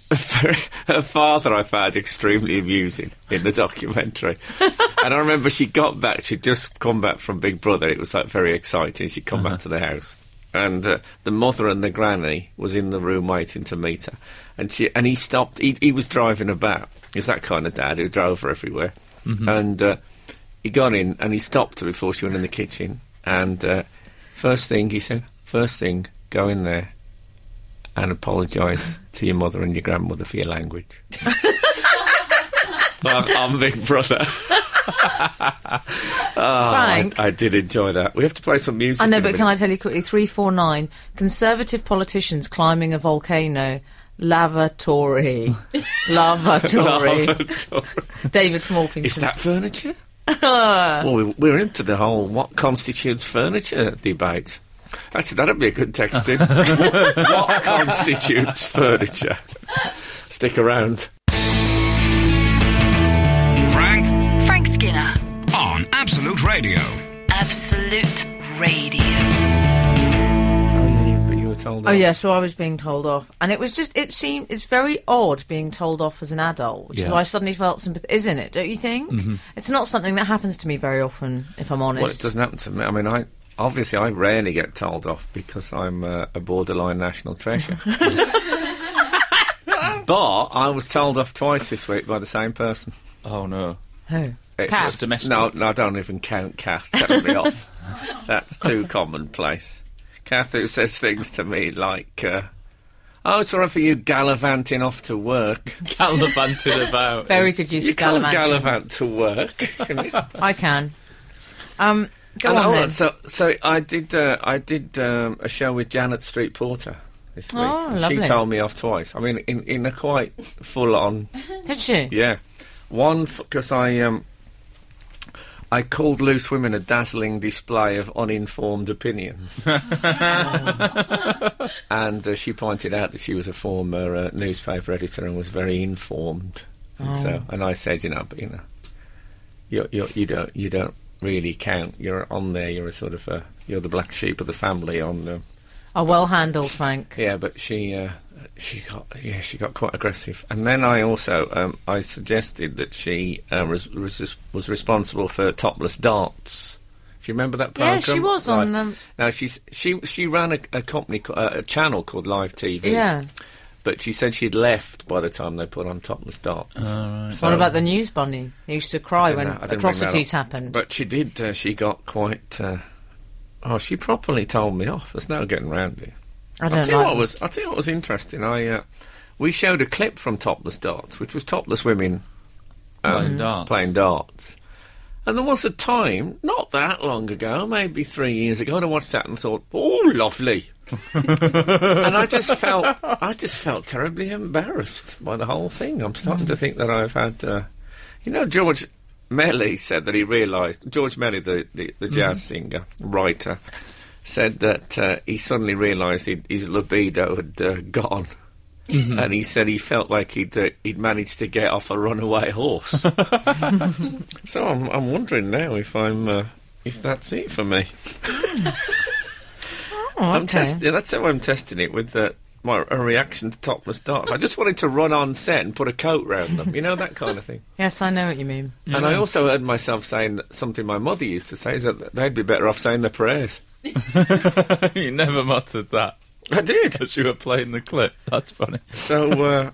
very, her father I found extremely amusing in the documentary and I remember she got back she'd just come back from Big Brother it was like very exciting she'd come back to the house and uh, the mother and the granny was in the room waiting to meet her and she and he stopped he, he was driving about he's that kind of dad who drove her everywhere and uh, he got in and he stopped her before she went in the kitchen and uh, First thing he said, first thing, go in there and apologise to your mother and your grandmother for your language. I'm, I'm Big Brother. I,
Frank.
I did enjoy that. We have to play some music.
I know,
in Ah, a
but can I
minute.
tell you quickly? 349 Conservative politicians climbing a volcano. Lavatory. Lavatory. David from Orpington.
Oh, Is that furniture? well, we, we're into the whole what constitutes furniture debate. Actually, that'd be a good text in. what constitutes furniture? Stick around.
Frank
Frank Skinner,
on Absolute Radio.
Absolute Radio.
Oh, yeah, you, but you were told.
Oh
off.
yeah, so I was being told off, and it was just it seemed it's very odd being told off as an adult, which is
Yeah.
why I suddenly felt sympathy, isn't it? Don't you think? It's not something that happens to me very often, if I'm honest.
Mm-hmm. Well, it doesn't happen to me. I mean, I obviously I rarely get told off because I'm uh, a borderline national treasure. but I was told off twice this week by the same person.
Oh no.
Oh.
It's
Kath.
just-
Domestic.
No, no, I don't even count Kath telling me off. That's too commonplace. Kath who says things to me like, uh, "Oh, it's all right for you gallivanting off to work.
Gallivanting about.
Very good use
you
of
can't
gallivanting.
gallivant to work." can you?
I can. Um, go
And
on
all
then.
that- so, so I did. Uh, I did um, a show with Janet Street Porter this week.
Oh,
and She
lovely.
told me off twice. I mean, in in a quite full on.
Did you?
Yeah, one because I um. I called Loose Women a dazzling display of uninformed opinions. and uh, she pointed out that she was a former uh, newspaper editor and was very informed. And so, and I said, you know, but, you know, you're, you're, you don't, you don't really count. You're on there. You're a sort of, uh you're the black sheep of the family on. Um,
Oh, well handled, Frank.
yeah, but she uh, she got yeah she got quite aggressive, and then I also um, I suggested that she uh, was was was responsible for topless darts. If you remember that
Yeah,
program,
she was on, um,
Now she's she she ran a, a company ca- uh, a channel called Live TV.
Yeah.
But she said she'd left by the time they put on topless darts. So-
What about the news bunny? He used to cry
I don't
when
know, I didn't bring that
atrocities
up.
happened.
But she did. Uh, she got quite. Uh, oh, she properly told me off. There's no getting round it.
I
I'll
don't
tell you
like
what
them.
was. I'll tell you what was interesting. I uh, we showed a clip from Topless Darts, which was topless women
Playing darts.
playing darts. And there was a time, not that long ago, maybe three years ago, and I watched that and thought, "Oh, lovely." and I just felt, I just felt terribly embarrassed by the whole thing. I'm starting
Hmm.
to think that I've had, uh, you know, George Melly said that he realised. George Melly, the the,
Hmm.
the jazz singer writer, said that uh, he suddenly realised he'd- his libido had uh, gone.
Mm-hmm.
And he said he felt like he'd uh, he'd managed to get off a runaway horse. So I'm, I'm wondering now if I'm uh, if that's it for me.
Oh,
I'm
okay.
test- yeah, that's how I'm testing it with uh, my a reaction to topless darts. I just wanted to run on set and put a coat round them, you know that kind of thing.
Yes, I know what you mean.
And I also heard myself saying that something my mother used to say is that they'd be better off saying their prayers.
you never muttered that
I did.
as you were playing the clip. That's funny.
So uh,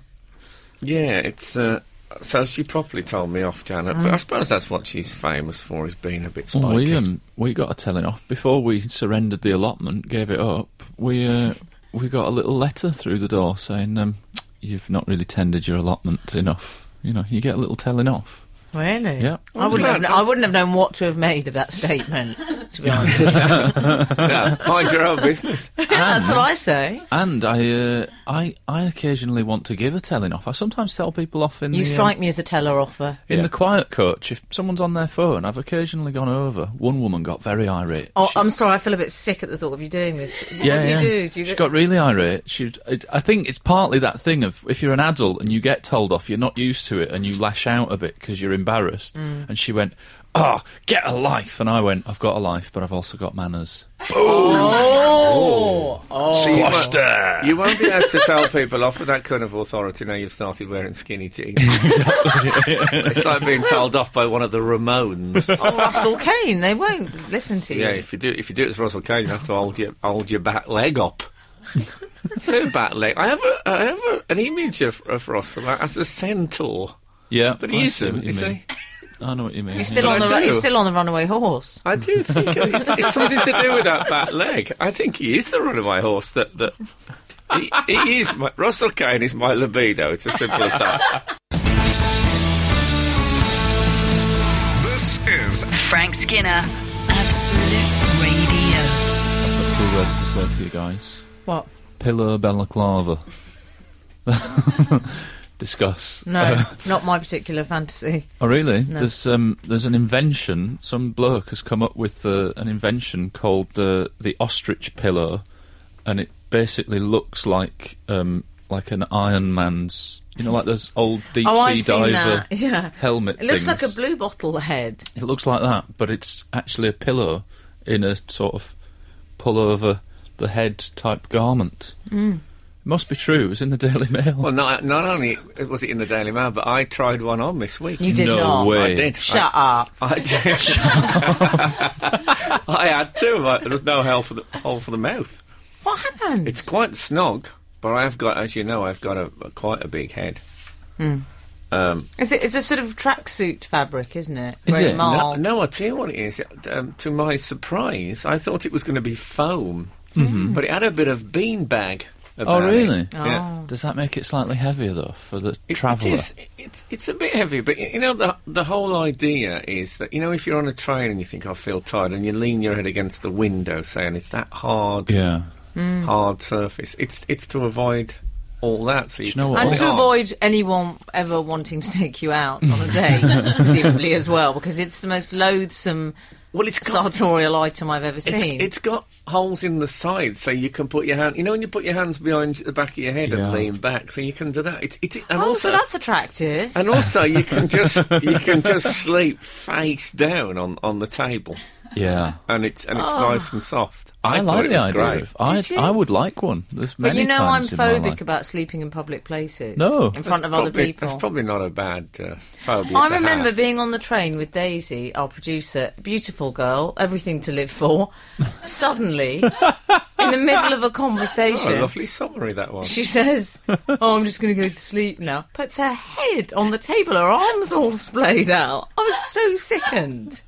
yeah, it's. Uh, so she properly told me off, Janet. But I suppose that's what she's famous for, is being a bit spiky.
Well, we um, we got a telling off before we surrendered the allotment, gave it up. We uh, we got a little letter through the door saying um, you've not really tendered your allotment enough. You know, you get a little telling off.
Really?
Yeah.
I wouldn't, have,
Glad-
I wouldn't have known what to have made of that statement, to be honest. with you.
Yeah, mind your own business.
That's what I say.
And I uh, I I occasionally want to give a telling off. I sometimes tell people off in
You
the um,
strike me as a teller offer.
in
Yeah.
the quiet coach. If someone's on their phone, I've occasionally gone over. One woman got very irate.
Oh,
She-
I'm sorry. I feel a bit sick at the thought of you doing this. What do you do? Do you
she got really irate. She, it, I think it's partly that thing of if you're an adult and you get told off, you're not used to it, and you lash out a bit because you're embarrassed.
Mm.
And she went, "Ah, get a life!" And I went, "I've got a life, but I've also got manners."
oh, oh.
Squashed her.
You won't be able to tell people off with that kind of authority now you've started wearing skinny jeans. It's like being told off by one of the Ramones.
Oh, Russell Kane. They won't listen to you.
yeah, if you do if you do it as Russell Kane, you have to hold your hold your back leg up. so back leg. I have a, I have a, an image of, of Russell as a centaur,
Yeah,
but
I
he
see what
isn't. You
mean.
see,
I know what you mean.
You're
yeah.
still on
But I
the
do.
you're still on the runaway horse.
I do think it's, it's something to do with that back leg. I think he is the runaway horse. That that he, he is. My, Russell Kane is my libido. It's as simple as that.
This is
Frank Skinner, Absolute Radio.
I've got two words to say to you guys:
What?
pillow balaclava. Discuss.
No, not my particular fantasy.
Oh really? There's um, there's an invention. Some bloke has come up with uh, an invention called uh, the ostrich pillow, and it basically looks like um, like an Iron Man's, you know, like those old deep
Oh, I've
sea
seen
diver
that. Yeah.
helmet.
It looks
things.
like a blue bottle head.
It looks like that, but it's actually a pillow in a sort of pull over the head type garment. Mm. It must be true. It was in the Daily Mail.
Well, not, not only was it in the Daily Mail, but I tried one on this week.
You did
no
not.
way.
I did.
Shut
I,
up.
I did. I had two. I, there's no hole for the hole for the mouth.
What happened?
It's quite snog, but I've got, as you know, I've got a, a quite a big head.
Is it? It's a sort of tracksuit fabric, isn't it?
Is
Very
it?
mild.
No, Uh, no, I tell you what it is. Um, to my surprise, I thought it was going to be foam, but it had a bit of beanbag. about it.
Oh, really?
Oh.
Yeah.
Does that make it slightly heavier though for the
It-
traveller?
It is, it's, it's a bit heavy, but y- you know, the, the whole idea is that, you know, if you're on a train and you think, I feel tired, and you lean your head against the window, saying it's that hard,
Mm.
Yeah.
hard surface, it's, it's to avoid all that. So you,
you
can
know what?
put
And
it
to
on.
avoid anyone ever wanting to take you out on a date, presumably as well, because it's the most loathsome
well, it's got,
sartorial item I've ever
it's,
seen.
it's got holes in the sides, so you can put your hand. You know, when you put your hands behind the back of your head
Yeah.
and lean back, so you can do that. It's, it's and
oh,
also
so that's attractive.
and also you can just you can just sleep face down on on the table,
Yeah.
and it's and
Ah.
it's nice and soft.
I,
thought
like
it
the
was
idea.
great.
Of, I,
Did you?
I would like one. There's
But
many
you know I'm
times in my
phobic
life.
about sleeping in public places.
No.
In front
That's
of other
probably-
people.
That's probably not a bad uh, phobia.
I
to
remember
have.
being on the train with Daisy, our producer, beautiful girl, everything to live for. Suddenly, in the middle of a
Oh,
conversation,
a lovely summary that one.
she says, "Oh, I'm just going to go to sleep now." Puts her head on the table, her arms all splayed out. I was so sickened.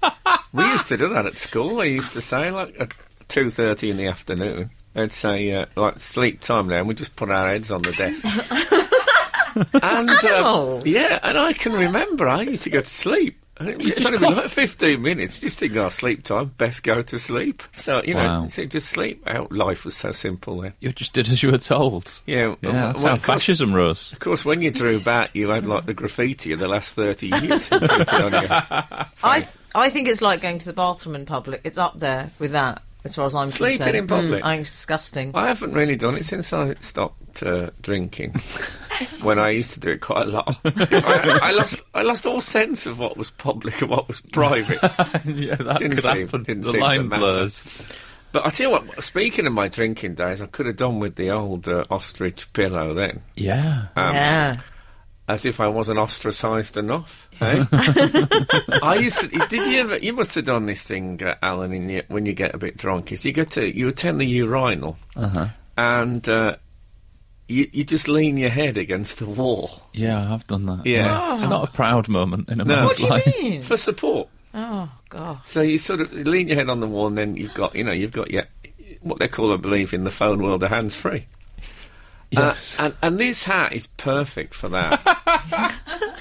We used to do that at school. I used to say like at two thirty in the afternoon. I'd say uh, like sleep time now, and we just put our heads on the desk. and uh,
Animals.
yeah, and I can remember I used to go to sleep. And it was only been like fifteen minutes. Just think, oh, sleep time. Best go to sleep. So you know,
Wow.
so just sleep out. Life was so simple then.
You just did as you were told.
Yeah,
Yeah,
well,
that's
well,
how
of course-
fascism rose.
Of course, when you drew back, you had like the graffiti of the last thirty years. imprinted on you.
I th- I think it's like going to the bathroom in public. It's up there with that, as far as I'm
Sleeping
concerned.
in public.
Mm, I think it's disgusting.
I haven't really done it since I stopped uh, drinking. when I used to do it quite a lot, I, I lost I lost all sense of what was public and what was private.
yeah, that
Didn't
could
seem-
happen.
didn't
the
seem to
line
matter.
blurs.
But I tell you what, speaking of my drinking days, I could have done with the old uh, ostrich pillow then,
Yeah.
Uh,
yeah.
as if I wasn't ostracised enough. eh? I used to. Did you ever? You must have done this thing, uh, Alan, in your, when you get a bit drunk. Is you go to you attend the urinal, and uh, you you just lean your head against the wall.
Yeah, I've done that.
Yeah.
It's not a proud moment in a
No.
man's
What do you
life.
Hmm.
for support.
Oh God.
So you sort of lean your head on the wall, and then you've got you know you've got your what they call, I believe, in the phone world, a hands free. Uh,
Yes.
and and this hat is perfect for that.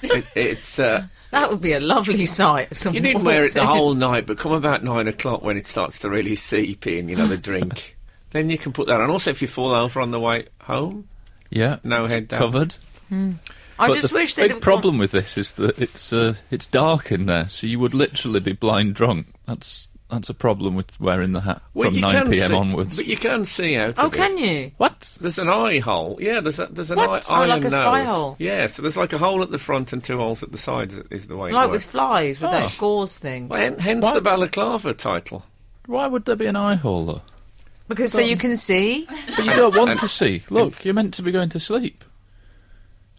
it, it's uh,
That would be a lovely sight. if
you
someone
didn't wear it the
walked in.
whole night, but come about nine o'clock when it starts to really seep in, you know, the drink. Then you can put that on. Also, if you fall over on the way home,
yeah.
no
it's
head down.
Covered.
I
But
just
the
wish they'd
big
have gone-
problem with this is that it's uh, it's dark in there, so you would literally be blind drunk. That's that's a problem with wearing the hat from
you
9
can
p.m.
see,
onwards.
but you can see out.
Oh,
of it.
can you?
What?
There's an eye hole. Yeah, there's a, there's an eye,
What? Oh,
eye
like
and
a spy
nose.
hole.
Yeah, so there's like a hole at the front and two holes at the side is- is the way. it
Like
works.
with flies, with
Oh.
that gauze thing.
Well, hen- hence the balaclava title.
Why would there be an eye hole though?
Because so you can see.
But you don't want to see. Look, you're meant to be going to sleep.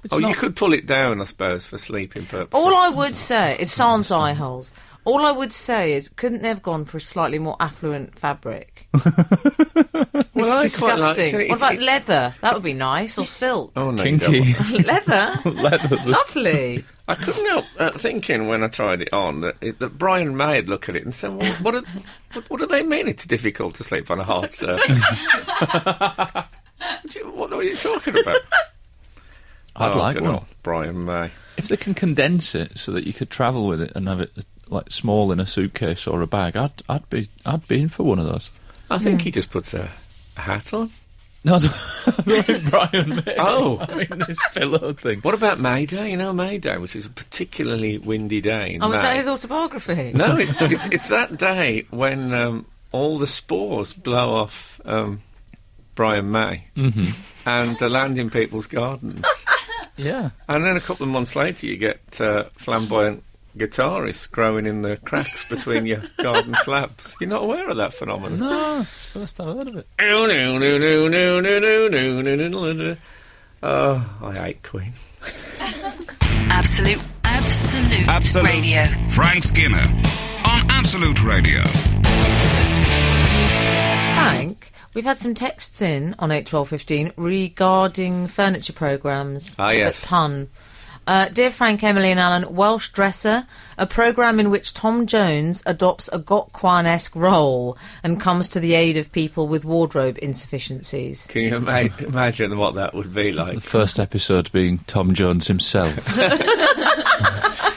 It's
oh, you
not-
could pull it down, I suppose, for sleeping purposes.
All I would say is sans eye holes. All I would say is, couldn't they have gone for a slightly more affluent fabric?
Well, I quite like-
it's disgusting.
so it's-
what about
it-
leather? That would be nice, or silk.
Oh no, you don't
kinky.
want-
leather,
Oh,
leather.
lovely.
I couldn't help uh, thinking when I tried it on that, it, that Brian May had looked at it and said, "Well, what, are, what, what do they mean? It's difficult to sleep on a hard surface." Do you- what are you talking about?
I'd
Oh,
like
good
one.
old Brian May.
If they can condense it so that you could travel with it and have it uh, like small in a suitcase or a bag, I'd I'd be I'd be in for one of those.
I think he just puts a, a hat on.
No, I don't- like Brian May.
Oh.
I mean this pillow thing.
What about May Day? You know May Day, which is a particularly windy day in
Oh, was that
May.
his autobiography?
No, it's, it's it's that day when um, all the spores blow off um, Brian May
Mm-hmm.
and they land in people's gardens.
Yeah.
And then a couple of months later, you get uh, flamboyant guitarists growing in the cracks between your garden slabs. You're not aware of that phenomenon.
No, Ah, it's the first time I've heard of it.
Oh, I hate Queen.
Absolute, absolute,
Absolute.
radio.
Frank Skinner on Absolute Radio.
Frank, we've had some texts in on eight twelve fifteen regarding furniture programmes.
Ah, yes.
At Pun. Uh, Dear Frank, Emily, and Alan, Welsh Dresser, a programme in which Tom Jones adopts a Gokwan esque role and comes to the aid of people with wardrobe insufficiencies.
Can you ima- imagine what that would be like?
The first episode being Tom Jones himself.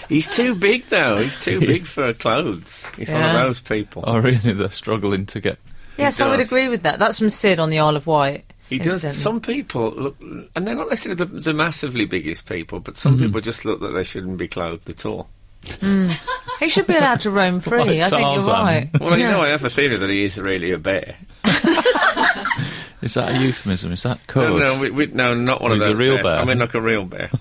He's too big, though. He's too big for clothes. He's one
Yeah.
of those people.
oh, really? They're struggling to get.
Yes, I would
does.
agree with that. That's from Sid on the Isle of Wight.
He does.
Instantly.
Some people look, and they're not necessarily the, the massively biggest people, but
Mm-hmm.
some people just look that they shouldn't be clothed at all.
He should be allowed to roam free.
Like
I think
Tarzan.
you're right.
Well, you
Yeah.
know, I have a theory that he is really a bear.
Is that a euphemism? Is that code?
No, no, we, we, no, not one of
He's a
those
real
bears.
bear.
I mean, like a real bear.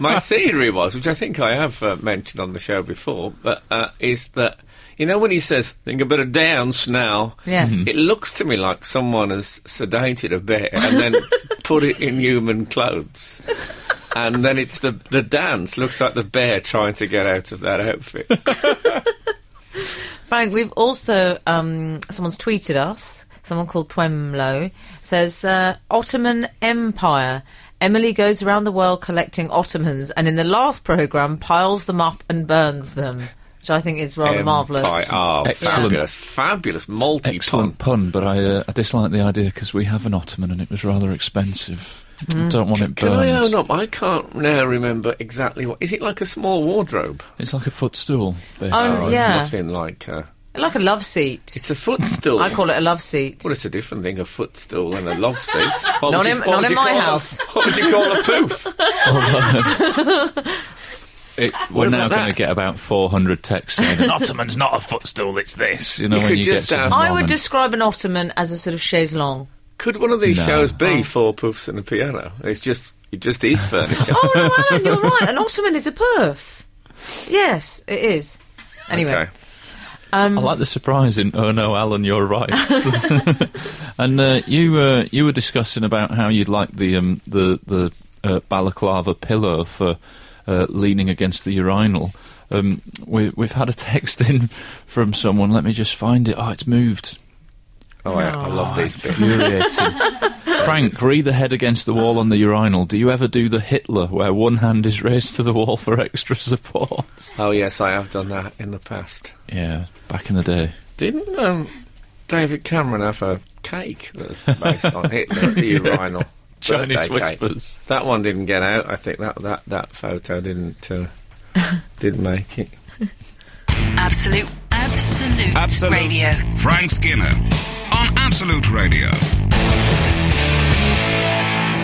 My theory was, which I think I have uh, mentioned on the show before, but uh, is that you know when he says "think a bit of dance now,"
Yes.
Mm-hmm.
Mhm.
it looks to me like someone has sedated a bear and then put it in human clothes. And then it's the the dance looks like the bear trying to get out of that outfit.
Frank, we've also um, someone's tweeted us. Someone called Twemlow says uh, Ottoman Empire. Emily goes around the world collecting Ottomans, and in the last program piles them up and burns them, which I think is rather marvellous.
Oh,
Excellent.
fabulous, fabulous multi
Excellent pun, but I, uh, I dislike the idea because we have an ottoman and it was rather expensive. Don't want it
Mm.
burned.
Can I own up? I can't now remember exactly what. Is it like a small wardrobe?
It's like a footstool.
Um,
Basically.
Oh, it's
yeah.
nothing like. Uh,
Like a love seat.
it's a footstool.
I call it a love seat.
Well, it's a different thing, a footstool and a love seat. What
Not
would
in-
what
not
would
in my
call a-
house.
what would you call a poof?
It- we're
about
now going to
that?
get about 400 texts saying an ottoman's not a footstool, it's this. You know,
You
when
could
you
just
get
have-
some
I would
ramen.
describe an Ottoman as a sort of chaise longue.
Could one of these
No.
shows
Oh.
be four poofs and a piano? It's just it just is furniture.
Oh no, Alan, you're right. An Ottoman is a perf. Yes, it is. Anyway,
Okay.
I like the surprise in "Oh no, Alan, you're right." and uh, you uh, you were discussing about how you'd like the um, the the uh, balaclava pillow for uh, leaning against the urinal. Um, we, we've had a text in from someone. Let me just find it. Oh, it's moved.
Oh, yeah, I love these bits.
Infuriating. Frank, read the head against the wall on the urinal. Do you ever do the Hitler, where one hand is raised to the wall for extra support?
Oh yes, I have done that in the past.
Yeah, back in the day.
Didn't um, David Cameron have a cake that's based on Hitler at the urinal?
Chinese
Birthday cake?
whispers.
That one didn't get out. I think that that that photo didn't uh, didn't make it.
Absolute, absolute,
Absolute.
radio.
Frank Skinner on Absolute Radio.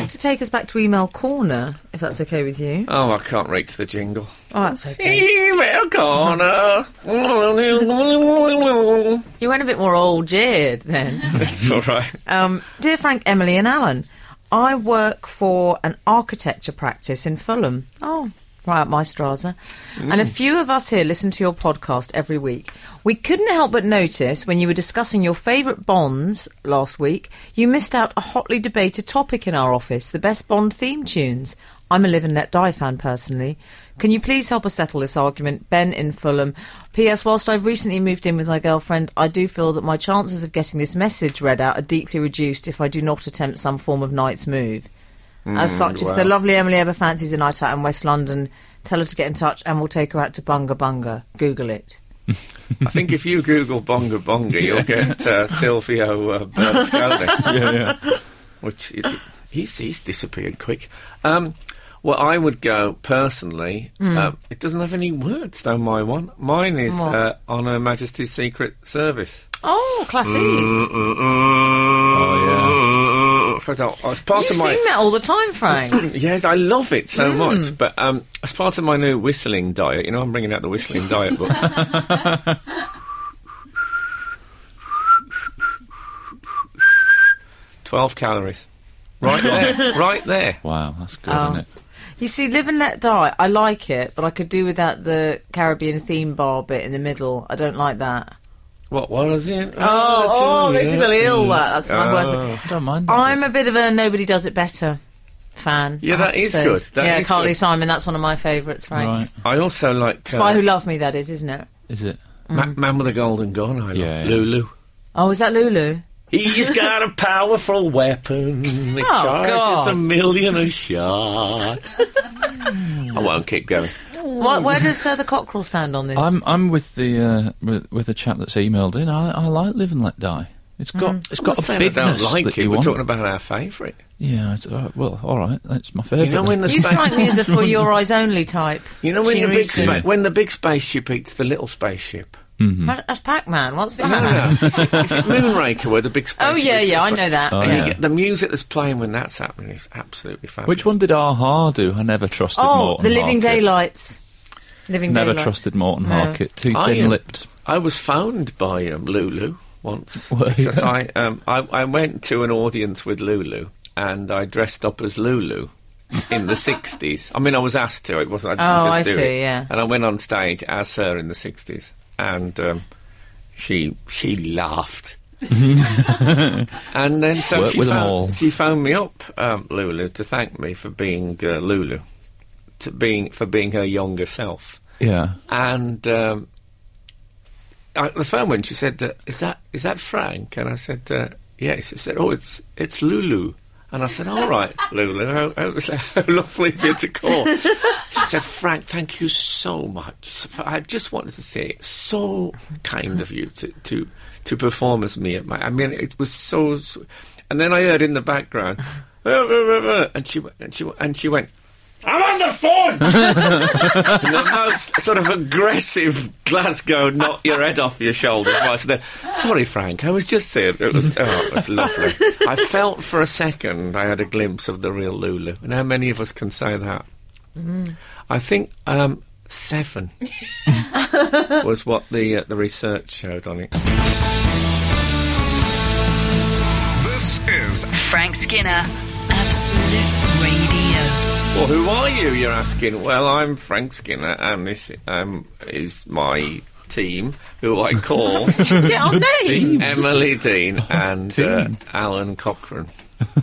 to take us back to email corner, if that's okay with you.
Oh, I can't reach the jingle.
Oh, that's okay.
Email corner. it's
You went a bit more old jeered then.
all right.
um, dear Frank, Emily, and Alan, I work for an architecture practice in Fulham. Oh, right up my straza. And a few of us here listen to your podcast every week. We couldn't help but notice when you were discussing your favourite Bonds last week, you missed out a hotly debated topic in our office the best Bond theme tunes. I'm a live and let die fan personally. Can you please help us settle this argument? Ben in Fulham. P.S. Whilst I've recently moved in with my girlfriend, I do feel that my chances of getting this message read out are deeply reduced if I do not attempt some form of night's move. As such, if the
wow.
lovely Emily ever fancies a night out in West London, tell her to get in touch and we'll take her out to Bunga Bunga. Google it.
I think if you Google Bonga Bonga, you'll get uh, Silvio uh, Berlusconi,
Yeah, yeah.
which it, he's, he's disappeared quick. Um, well, I would go personally. Um, it doesn't have any words, though, my one. Mine is
Hmm. What?
uh, on Her Majesty's Secret Service.
Oh, classic.
Mm. Oh, yeah. It's part
You Mm.
of
sing
my.
that all the time, Frank.
Yes, I love it so much. But um, as part of my new whistling diet, you know, I'm bringing out the whistling diet book. Twelve calories, right there, right there.
Wow, that's good,
Oh.
Um,
isn't it?
You see, Live and Let Die, I like it, but I could do without the Caribbean theme bar bit in the middle. I don't like that.
What was it?
Oh, oh, makes me feel ill,
Mm.
that. That's my worst
Oh.
I don't mind. That
I'm a bit of a Nobody Does It Better fan.
Yeah,
I have
that
to
is
say.
good. That
yeah,
is
Carly
good.
Simon, that's one of my favourites, Frank.
Right.
I also like
Spy Who
uh,
Loved Me, that is, isn't it?
Is it?
Ma- Man with a Golden Gun. I love
Yeah, yeah.
Lulu.
Oh, is that Lulu?
He's got a powerful weapon that
Oh,
charges
God.
a million a shot. I won't keep going.
Why, where does uh, the cockerel stand on this?
I'm I'm with the uh, with, with the chap that's emailed in. I, I like live and let die. It's got
Mm.
it's got a
I don't
bigness
like
that
it.
you
We're
want.
talking about our favourite.
yeah. It's, uh, well, all right. That's my favourite.
You know when the
you
spa-
strike me as a for your eyes only type.
you know when the
Sheena
big
Easton.
spa- when the big spaceship eats the little spaceship.
Ma- That's Pac Man. What's
Ah,
that?
is, it, is it Moonraker where the big space?
Oh, yeah, yeah, I know that.
Oh,
And
yeah.
you get the music that's playing when that's happening is absolutely fabulous.
Which one did Aha do? I never trusted
Oh,
Morton
The Living
Harkett.
Daylights. Living
Never
Daylights.
trusted Morton
No.
Harkett. Too
I am-
thin lipped.
I was found by um, Lulu once
Were you?
because I, um, I I went to an audience with Lulu and I dressed up as Lulu in the sixties. I mean, I was asked to. It wasn't. I
Oh,
didn't
I
just do
see,
it.
yeah.
And I went on stage as her in the sixties, and um, she she laughed. and then so
Work
she,
with 'em
found,
all.
she phoned me up, um, Lulu, to thank me for being uh, Lulu, to being for being her younger self
Yeah.
and um, I, the phone went. She said, uh, "Is that is that Frank?" And I said, uh, "Yes." She said, "Oh, it's it's Lulu." And I said, "All right, Lulu, how, how, how lovely of you to call." she said, "Frank, thank you so much. I just wanted to say, it's so kind of you to to to perform as me at my. I mean, it was so." s- And then I heard in the background, "Uh, and she went- and she went- and she went. I'm on the phone the most sort of aggressive Glasgow knock your head off your shoulders voice. There. Sorry, Frank, I was just saying it was. Oh, it was lovely. I felt for a second I had a glimpse of the real Lulu, and how many of us can say that? I think um, seven was what the uh, the research showed on it.
This is
Frank Skinner, Absolute Radio.
Well, who are you? You're asking. Well, I'm Frank Skinner, and this um, is my team, who I call
Get on name.
Emily Dean and uh,
Oh, Dean.
Alan Cochrane.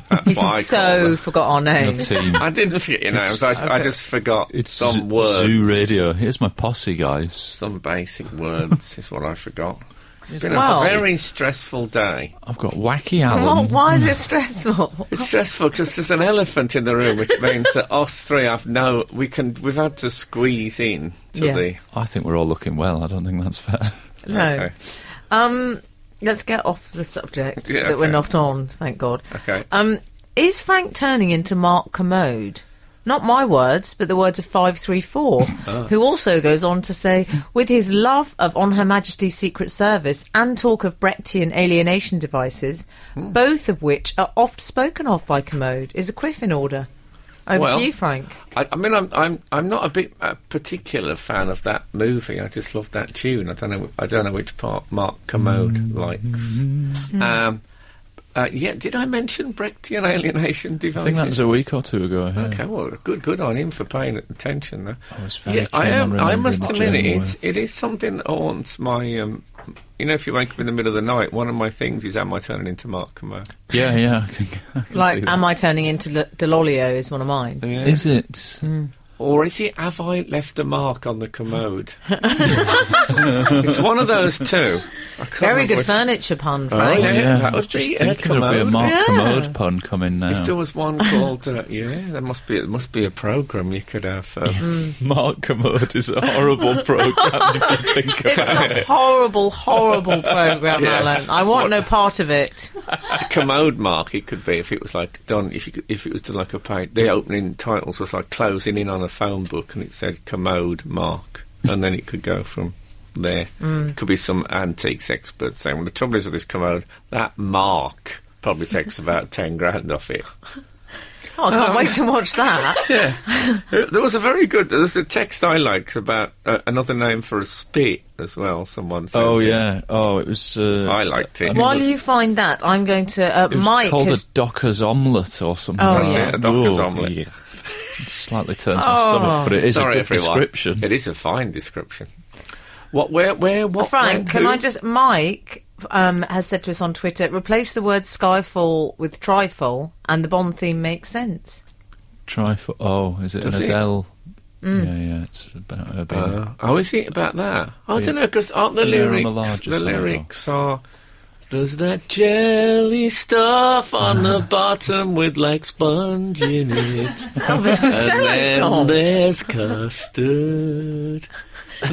That's what I call
So eh?
them.
forgot our names.
Team.
I didn't forget your names. I, I just forgot
It's
some
Zoo-
words.
Zoo Radio. Here's my posse, guys.
Some basic words is what I forgot. It's been
Wow.
a very stressful day.
I've got Wacky
Oh,
Well,
Allen.
why is it stressful?
It's stressful because there's an elephant in the room, which means that us three have no. We can. We've had to squeeze in to
Yeah.
the.
I think we're all looking well. I don't think that's fair.
No.
Okay.
Um, let's get off the subject
Yeah,
that we're
okay.
not on, thank God.
Okay.
Um, is Frank turning into Mark Commode? Not my words, but the words of 534,
Ah.
who also goes on to say, with his love of On Her Majesty's Secret Service and talk of Brechtian alienation devices,
Hmm.
both of which are oft spoken of by Commode, is a quiff in order. Over
Well-
to you, Frank.
I, I mean, I'm I'm I'm not a big a particular fan of that movie. I just love that tune. I don't know. I don't know which part Mark Commode
Mm-hmm.
likes. Um, uh, yeah, did I mention Brechtian alienation
I
devices?
think that was a week or two ago. Yeah.
Oh, Okay, well, good, good on him for paying attention. There,
I was very keen
I
on
am. I
remembering
must
the
admit, it
journey
is, it is something that haunts my. Um, you know, if you wake up in the middle of the night, one of my things is, am I turning into Mark Commode?
Yeah, yeah. I can, I can see
Like,
that.
am I turning into L- Delolio is one of mine.
Yeah.
Is it?
Or is it have I left a mark on the commode? it's one of those two. I can't
Very
remember
good
which-
furniture pun,
Oh,
Frank.
yeah,
yeah,
that
I was
would
just
be a
thinking there'd be a
commode.
Mark
Yeah.
Commode pun coming now.
If there was one called, uh, yeah, there must be. There must be a program you could have. Uh,
Mark Commode is a horrible program. if you think
It's
about
a horrible, horrible program,
Yeah.
Alan. I want no part of it.
commode mark it could be if it was like done if you could, if it was done like a page the opening titles was like closing in on a phone book and it said commode mark and then it could go from there
Mm.
could be some antiques expert saying well the trouble is with this commode that mark probably takes about 10 grand off it
Oh, I can't wait to watch that.
yeah Uh, there was a very good there's a text i liked about uh, another name for a spit as well someone said
Oh yeah. Oh, it was. Uh,
I liked it.
While you find that, I'm going to. Uh,
It was
Mike
called
has.
a Docker's omelette or something.
Oh,
like
That's
yeah.
that.
it, a Docker's
Ooh,
omelette.
yeah. Slightly turns
Oh.
my stomach, but it is
Sorry,
a good
everyone.
description.
It is a fine description. What? Where? Where? What? when,
Frank, can
who?
I just. Mike um, has said to us on Twitter replace the word Skyfall with Trifle, and the Bond theme makes sense.
Try for. Oh, is it
Does
an
it?
Adele?
Mm.
Yeah, yeah. It's about her being.
Uh, oh, is it about that? Oh, I
Yeah.
don't know because aren't the
Yeah, I'm a
lyrics
larger
the
side, though.
lyrics are there's that jelly stuff on the bottom with like sponge in it,
Elvis
and
Costello
then
song.
there's custard.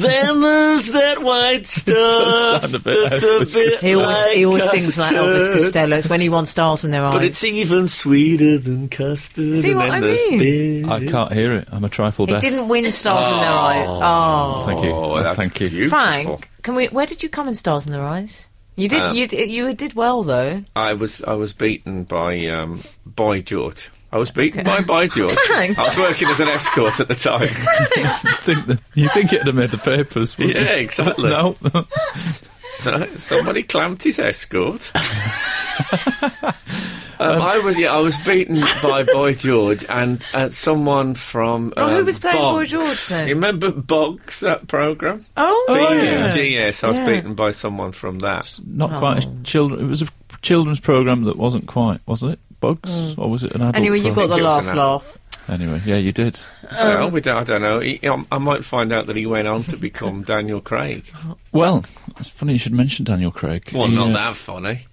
then there's that white stuff
sound a bit
that's
Elvis
a bit
He always,
like
he always sings like Elvis
custard,
Costello. It's when he wants stars in their eyes.
But it's even sweeter than custard.
See
and
what
then
I
there's
mean?
I
bit-
can't hear it. I'm a trifle
it
deaf.
didn't win stars in their eyes. Oh,
Thank you.
Oh, that's
Thank you.
beautiful.
Frank, can we? Where did you come in stars in their eyes? You did.
Um,
you d- you did well though.
I was I was beaten by um, Boy George. I was beaten by Boy George. I
Frank.
was working as an escort at the time.
Think that- you think it'd have made the papers? wouldn't
yeah,
it?
exactly.
No.
So somebody clamped his escort. Um, I was yeah, I was beaten by Boy George and uh, someone from. Um,
Oh, who was playing Boy
Boggs.
George then?
You remember Boggs that program?
Oh,
BGS. I was
Yeah.
beaten by someone from that.
Not quite.
Oh.
A children. It was a children's program that wasn't quite, was it? Bugs, or was it an adult?
Mm. Anyway, you got
programme?
the
it was
last
an
laugh.
Anyway, yeah, you did.
Um,
well, we don't, I don't know. He, um, I, I might find out that he went on to become Daniel Craig.
Well, it's funny you should mention Daniel Craig.
Well,
He,
not
uh,
that funny.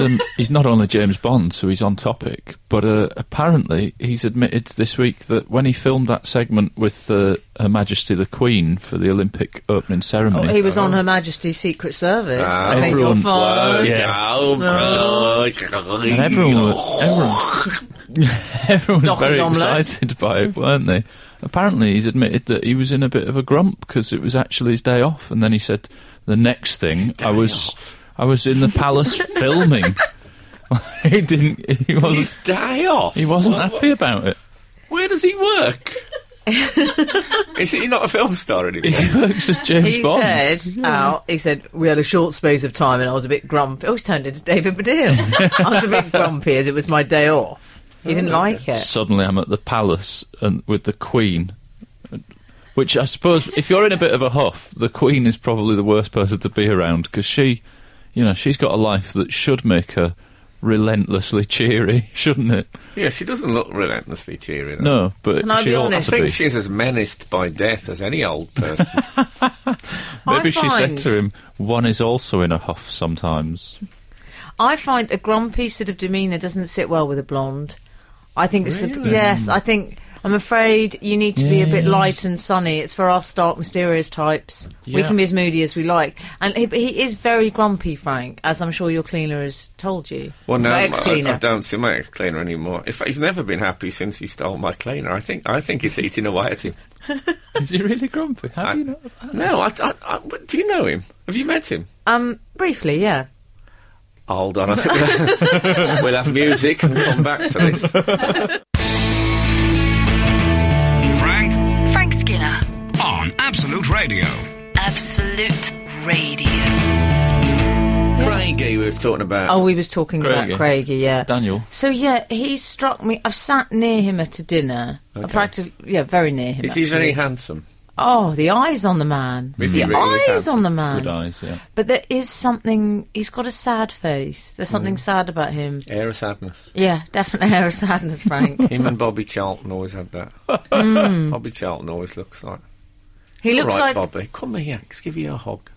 um, he's not only James Bond, so he's on topic. But uh, apparently, he's admitted this week that when he filmed that segment with uh, Her Majesty the Queen for the Olympic opening
Oh,
ceremony,
he was on Her Majesty's Secret Service.
Ah.
I think you'll
Everyone-
find.
Yes. and everyone
everyone
was everyone, everyone was
Doctor's
very
omelette.
excited by it, weren't they? Apparently, he's admitted that he was in a bit of a grump because it was actually his day off, and then he said, "The next thing, I was, I was in the palace filming." he didn't. He wasn't.
His day off.
He wasn't happy about it.
Where does he work? Is he not a film star anymore?
He works as James
He
Bond.
said, "Out." He said, "We had a short space of time, and I was a bit grumpy." Oh, he's turned into David Baddiel. I was a bit grumpy as it was my day off. He didn't
Oh.
like it.
Suddenly, I'm at the palace and with the Queen. Which I suppose, if you're in a bit of a huff, the Queen is probably the worst person to be around because she, you know, she's got a life that should make her relentlessly cheery, shouldn't it?
yeah, she doesn't look relentlessly cheery. though.
No, but
Can I
she
be
ought
I
honest?
to be.
think she's as menaced by death as any old person.
Maybe
I
she said
find-
to him, "One is also in a huff sometimes."
I find a grumpy sort of demeanour doesn't sit well with a blonde. I think it's the
Really?
yes. I think I'm afraid you need to be a bit
Yes.
light and sunny. It's for us dark, mysterious types. We
Yeah.
can be as moody as we like, and he, he is very grumpy, Frank, as I'm sure your cleaner has told you.
well, no,
Your
I,
ex-cleaner.
I don't see my ex-cleaner anymore. In fact, he's never been happy since he stole my cleaner. I think I think it's eating away at him.
Is he really grumpy? Have you not?
No, I, I, I, but do you know him? Have you met him?
um, briefly, yeah.
Hold on, I think we'll- we'll have music and come back to this.
Frank
Frank Skinner.
on Absolute Radio.
Absolute Radio.
Craigie, we was talking about.
Oh, we was talking
Craigie.
about Craigie, yeah.
Daniel.
So yeah, he struck me. I've sat near him at a dinner. I practically, yeah, very near him.
is he
actually.
very handsome?
Oh, the eyes on the man.
Is he
the
really
eyes
handsome?
on the man.
Good eyes, yeah.
But there is something. He's got a sad face. There's
Mm.
something sad about him.
Air of sadness.
Yeah, definitely air of sadness, Frank.
Him and Bobby Charlton always had that. Bobby Charlton always looks like.
Hmm. He looks
All right,
like
Bobby, come here, let's give you a hug.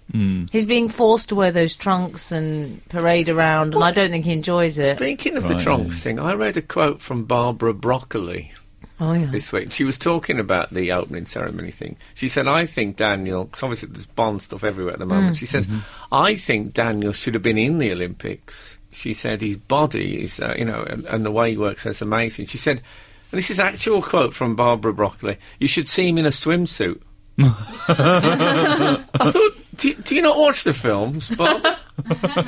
he's being forced to wear those trunks and parade around, and I don't think he enjoys it.
Speaking of the
Right,
trunks thing, I read a quote from Barbara Broccoli
Oh yeah.
this week. She was talking about the opening ceremony thing. She said, I think Daniel, because obviously there's Bond stuff everywhere at the
Mm.
moment. She says,
Mm-hmm.
I think Daniel should have been in the Olympics. She said, his body is, uh, you know, and, and the way he works is amazing. She said, and this is actual quote from Barbara Broccoli, you should see him in a swimsuit. I thought, do, do you not watch the films, Bob?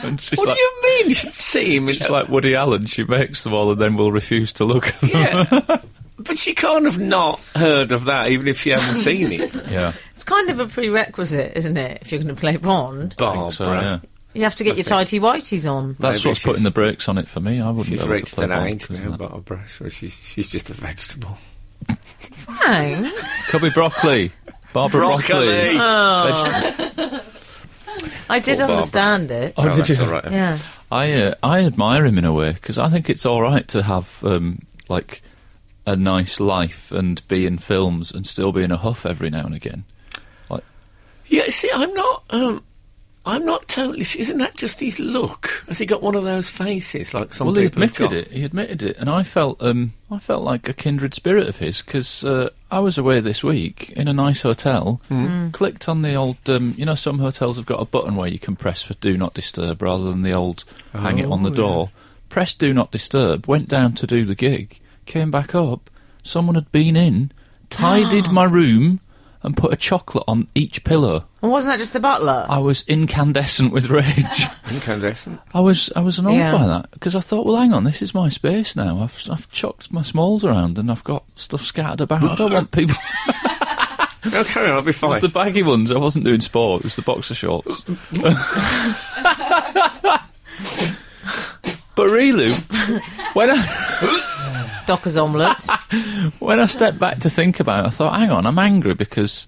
And she's
What
like,
do you mean you should see him? In,
she's like Woody Allen. She makes them all, and then will refuse to look at them.
yeah. But she can't have not heard of that, even if she hasn't seen it.
Yeah,
It's kind of a prerequisite, isn't it? If you're going to play Bond,
I think
Barbara.
so, yeah.
you have to get your tighty whities on.
That's
Maybe
what's
she's-
putting the brakes on it for me. I wouldn't.
She's
be able to
reached
play
an
ball,
age
isn't
now,
it?
Barbara, so she's, she's just a vegetable.
Frank.
Cubby broccoli, Barbara broccoli.
Broccoli! Oh,
Veg-
I did
Barbara.
understand it.
Oh,
Oh,
did
that's
you?
all right.
Yeah.
I uh, I admire him in a way because I think it's all right to have um, like a nice life and be in films and still be in a huff every now and again.
Yeah, see, I'm not. Um, I'm not totally. Isn't that just his look? Has he got one of those faces like some
Well, he
people have
admitted
got?
it. He admitted it, and I felt um, I felt like a kindred spirit of his because uh, I was away this week in a nice hotel.
Hmm.
Clicked on the old, um, you know, some hotels have got a button where you can press for do not disturb rather than the old hang it on the
Oh, yeah.
door. Pressed do not disturb. Went down to do the gig. Came back up. Someone had been in, tidied my room, and put a chocolate on each pillow.
And wasn't that just the butler?
I was incandescent with rage.
Incandescent.
I was I was annoyed
Yeah.
by that because I thought, well, hang on, this is my space now. I've I've chucked my smalls around and I've got stuff scattered about. I don't want people.
okay, I'll be
It was
fine.
the baggy ones. I wasn't doing sport. It was the boxer shorts. but really, when I
Docker's omelette.
when I stepped back to think about it, I thought, hang on, I'm angry because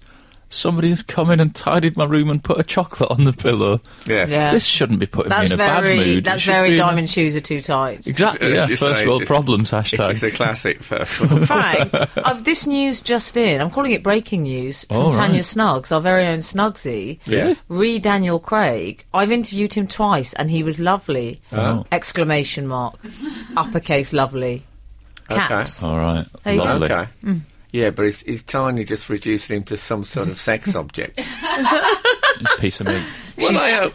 somebody has come in and tidied my room and put a chocolate on the pillow.
Yes.
Yeah.
This shouldn't be putting
That's
me in a bad
very.
mood. It
That's
should
very.
be in a-
Diamond shoes are too tight.
Exactly.
As
Yeah.
you
First
say, it
world
is-
problems hashtag.
It is a classic first world.
Frank, I've, this news just in. I'm calling it breaking news from
All right.
Tanya Snuggs, our very own Snuggsy.
Yeah.
Re Daniel Craig. I've interviewed him twice, and he was lovely.
Oh.
Exclamation mark. Uppercase lovely. Caps.
Oh.
All right.
There you go.
Lovely.
Okay. Yeah, but is, is Tanya just reducing him to some sort of sex object?
Piece of meat.
Well, I hope.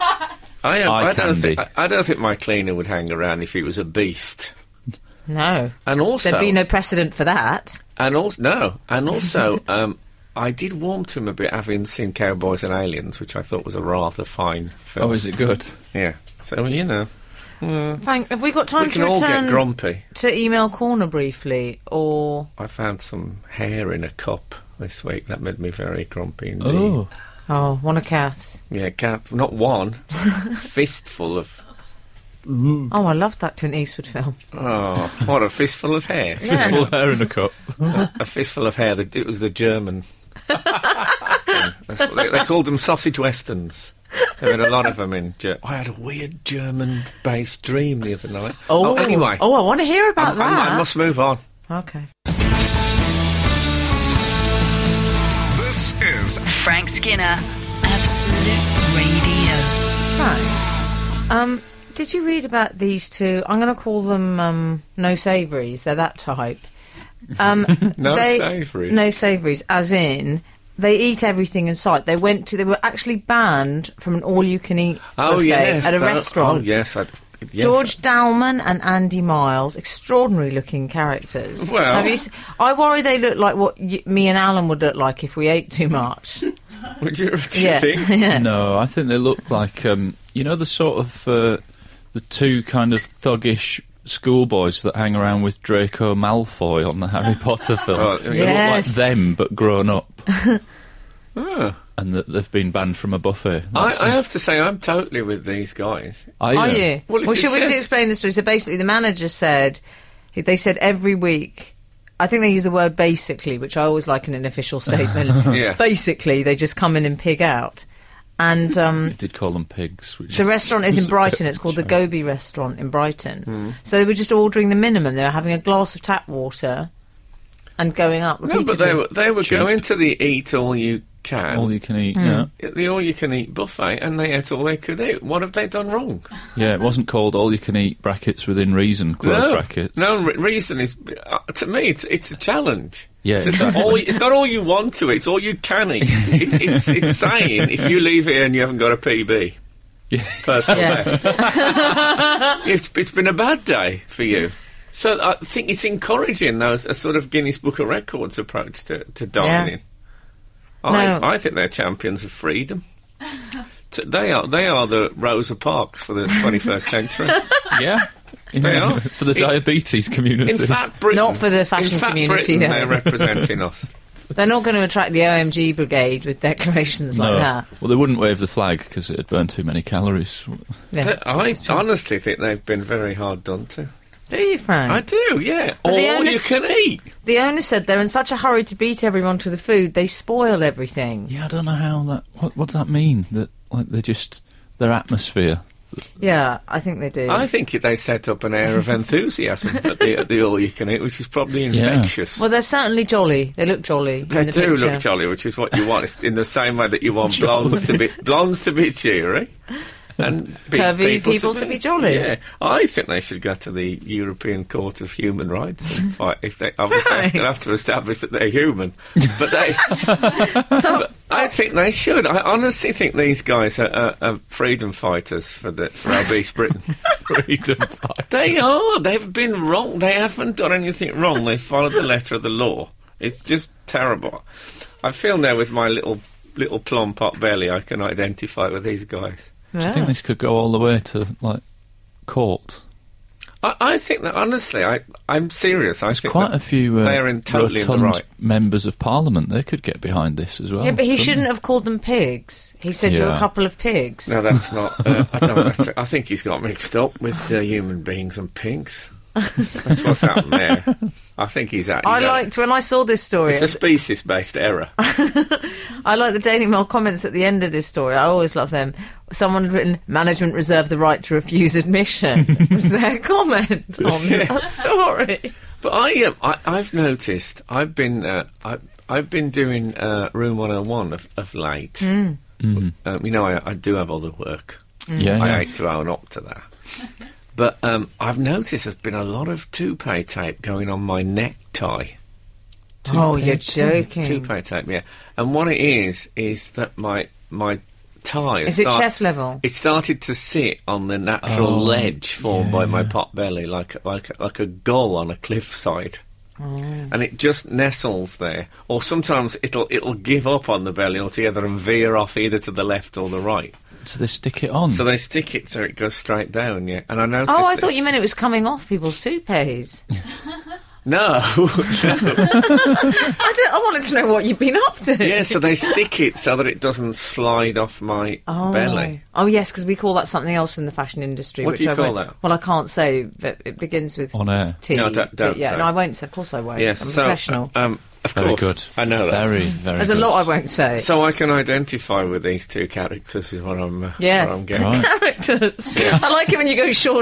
I, hope,
Eye
I don't think. I,
candy.
I don't think my cleaner would hang around if he was a beast.
No,
And also,
there'd be no precedent for that.
and also no, and also, um, I did warm to him a bit having seen Cowboys and Aliens, which I thought was a rather fine film.
Oh, is it good?
Yeah. So you know,
Frank, have we got time
we
to
can all
return
get grumpy.
to email corner briefly, or
I found some hair in a cup this week. That made me very grumpy indeed.
Oh,
oh, one of Kath's?
Yeah, cat. Not one. fistful of.
Oh, I love that Clint Eastwood film.
Oh, what a fistful of hair.
fistful of hair in a cup.
a fistful of hair. The, it was the German. That's what they, they called them sausage westerns. There had a lot of them in. Ger- I had a weird German-based dream the other night.
Oh,
anyway,
Oh, I want to hear
I,
about
I
that.
might- must move on.
Okay.
This is
Frank Skinner, Absolute Radio.
Right. Um, did you read about these two? I'm going to call them um, no savouries. They're that type. Um,
No
they-
savouries.
No savouries, as in they eat everything in sight. They went to. They were actually banned from an all-you-can-eat
Oh
buffet
yes,
at a
that-
restaurant.
Oh yes, I, yes
George Dalman and Andy Miles, extraordinary looking characters.
Well-
Have you s- I worry they look like what y- me and Alan would look like if we ate too much.
I- Would you, do you
yeah.
think?
No, I think they look like um, you know the sort of uh, the two kind of thuggish schoolboys that hang around with Draco Malfoy on the Harry Potter film.
Oh,
They look
Yes.
like them but grown up,
Ah.
and that they've been banned from a buffet.
I,
That's-
I have to say, I'm totally with these guys.
I,
Are
uh,
you?
Oh, Well,
Well,
if it
should we
says-
just explain the story? So basically, the manager said, they said every week, I think they use the word basically, which I always like in an official statement.
Yeah.
Basically, they just come in and pig out. And um,
I did call them pigs. Which
the restaurant is in Brighton. It's called the Gobi Restaurant in Brighton.
Hmm.
So they were just ordering the minimum. They were having a glass of tap water and going up
No,
repeatedly.
but they were they were
Cheap.
going to the eat all you can,
all you can eat.
Hmm.
Yeah.
the all you can eat buffet, and they ate all they could eat. What have they done wrong?
yeah, it wasn't called all you can eat brackets within reason close brackets.
No, re- reason is uh, to me it's it's a challenge.
Yeah,
it's, it's all, it's not all you want to. It's all you can eat. it's, it's it's saying if you leave here and you haven't got a PB,
Yeah.
personal
Yeah.
best. it's, it's been a bad day for you. So I think it's encouraging those a sort of Guinness Book of Records approach to to dining.
No.
I I think they're champions of freedom. T- They are they are the Rosa Parks for the 21st century.
yeah. In-
They are.
for the
It-
diabetes community.
In fact, Britain.
Not for the fashion
in fact,
community,
Britain,
though.
they're representing us.
They're not going to attract the OMG brigade with declarations like that.
Well, they wouldn't wave the flag because it had burned too many calories.
Yeah.
They- I honestly think they've been very hard done to.
Do you, Frank?
I do, yeah.
But
All
the onus-
you can eat.
The owner said they're in such a hurry to beat everyone to the food, they spoil everything.
Yeah, I don't know how that. What, what does that mean? That like they just their atmosphere.
Yeah, I think they do.
I think they set up an air of enthusiasm at the, at the all you can eat, which is probably infectious.
well, they're certainly jolly. They look jolly.
They
in the
do
picture.
look jolly, which is what you want. It's in the same way that you want blondes to be blondes to be cheery, and big
Curvy people to be jolly.
Yeah, I think they should go to the European Court of Human Rights and fight. If they obviously have, to,
Right.
have to establish that they're human, but they,
So,
I think they should. I honestly think these guys are, are, are freedom fighters for the for obese Britain.
Freedom fight.
They are. They've been wrong. They haven't done anything wrong. They followed the letter of the law. It's just terrible. I feel now with my little little plum pot belly, I can identify with these guys.
Do you think this could go all the way to like court?
I, I think that honestly, I I'm serious. I think
Quite
that
a few uh,
they are in totally in the
rotund
right.
members of parliament. They could get behind this as well.
yeah, but he
couldn't
shouldn't
they?
have called them pigs. He said you're a
Yeah.
couple of pigs.
No, that's not. Uh, I don't. That's, I think he's got mixed up with uh, human beings and pinks. That's what's happened there. I think he's at.
I
he's at-
liked when I saw this story.
It's a species-based error.
I like the Daily Mail comments at the end of this story. I always love them. Someone had written, "Management reserve the right to refuse admission." was their comment on that story?
But I am. I, I've noticed. I've been. Uh, I, I've been doing uh, Room 101 of, of late.
Hmm.
Um, you know, I, I do have other work.
Yeah,
I
yeah.
hate to own up to that. But um, I've noticed there's been a lot of toupee tape going on my necktie.
oh,
Toupee
you're
tape.
joking.
Toupee tape, yeah. And what it is is that my my tie
Is it chest level?
It started to sit on the natural
Oh,
ledge formed
yeah,
by my
yeah.
pot belly, like like like a gull on a cliffside.
Mm.
And it just nestles there, or sometimes it'll it'll give up on the belly altogether and veer off either to the left or the right.
So they stick it on.
So they stick it so it goes straight down. Yeah, and I noticed.
Hmm. Oh, I
this-
thought you meant it was coming off people's toupees.
no.
I, don't, I wanted to know what you've been up to.
yeah, so they stick it so that it doesn't slide off my
Oh.
belly.
Oh yes, because we call that something else in the fashion industry.
What
which
do you
I
call
won't-
that?
Well, I can't say, but it begins with
On air.
T.
No, don't-
but
don't
yeah,
say.
no, I won't. Say, of course, I won't.
Yes,
I'm a
so
professional.
uh, um, of
very
course,
good.
I know that.
Very, very.
There's a
good.
lot I won't say.
So I can identify with these two characters is what I'm. Uh,
Yes.
What I'm getting.
Right.
characters. I like it when you go Shaw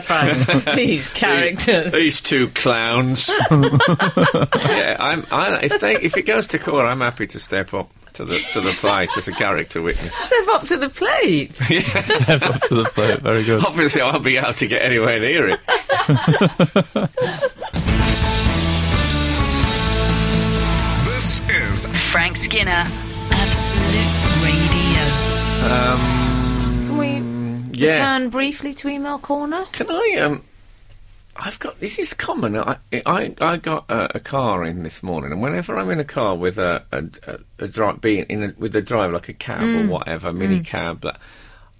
Frank. These characters.
These two clowns. yeah, I'm. I, if they, if it goes to court, I'm happy to step up to the to the plate as a character witness.
Step up to the plate.
Step up to the plate. Very good.
Obviously, I won't be able to get anywhere near it.
This is
Frank Skinner, Absolute Radio.
Can we
Yeah.
turn briefly to email corner?
Can I? Um, I've got this is common. I I, I got uh, a car in this morning, and whenever I'm in a car with a a, a, a drive, being in a, with a driver like a cab
Mm.
or whatever, mini cab, that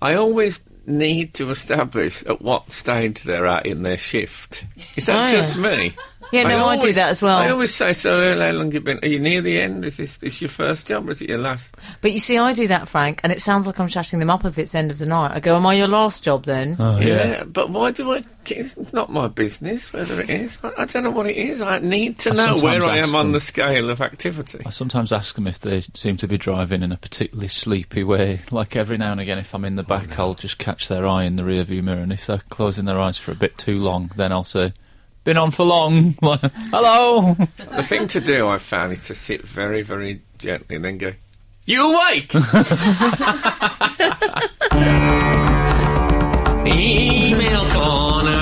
I always need to establish at what stage they're at in their shift. Is that
Oh, yeah.
just me?
Yeah, no, I do that as well.
I always say, "So how long you been? Are you near the end? Is this this your first job? Or is it your last?"
But you see, I do that, Frank, and it sounds like I'm shutting them up if it's end of the night. I go, Am I your last job then?
Oh, yeah.
but why do I? It's not my business whether it is. I, I don't know what it is. I need to
I
know where
sometimes
I am
ask
on
them.
the scale of activity.
I sometimes ask them if they seem to be driving in a particularly sleepy way. Like every now and again, if I'm in the back, I'll just catch their eye in the rearview mirror, and if they're closing their eyes for a bit too long, then I'll say, "Been on for long." Like, Hello.
the thing to do, I've found, is to sit very, very gently and then go, You awake! Email corner.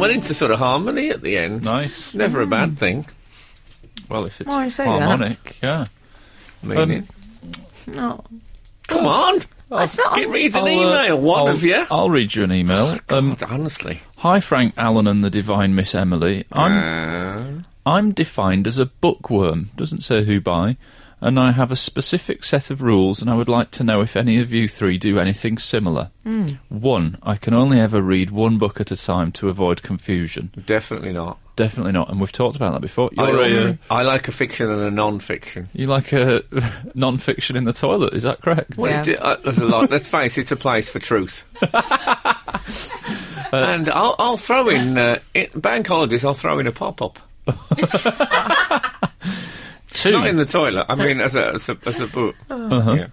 Went into sort of harmony at the end.
Nice.
It's never a bad thing.
Well, if it's
Oh,
Why you say that?
harmonic, yeah. Um,
Meaning.
No.
Come on!
That's not.
Get reads an
I'll, uh,
email, one
I'll-
of you.
I'll read you an email. Um,
God, honestly.
Hi, Frank, Alan, and the divine Miss Emily. I'm
Uh,
I'm defined as a bookworm, doesn't say who by, and I have a specific set of rules, and I would like to know if any of you three do anything similar.
Hmm.
One, I can only ever read one book at a time to avoid confusion.
definitely not.
Definitely not, and we've talked about that before.
I, um,
You're a, uh,
I like a fiction and a non-fiction.
you like a non-fiction in the toilet, is that correct?
Well,
Yeah.
it, uh, there's a lot. Let's face it, it's a place for truth. Uh, and I'll, I'll throw in uh, it, bank holidays. I'll throw in a pop up,
Two,
not in the toilet. I mean, as a as a, as a book. Yeah.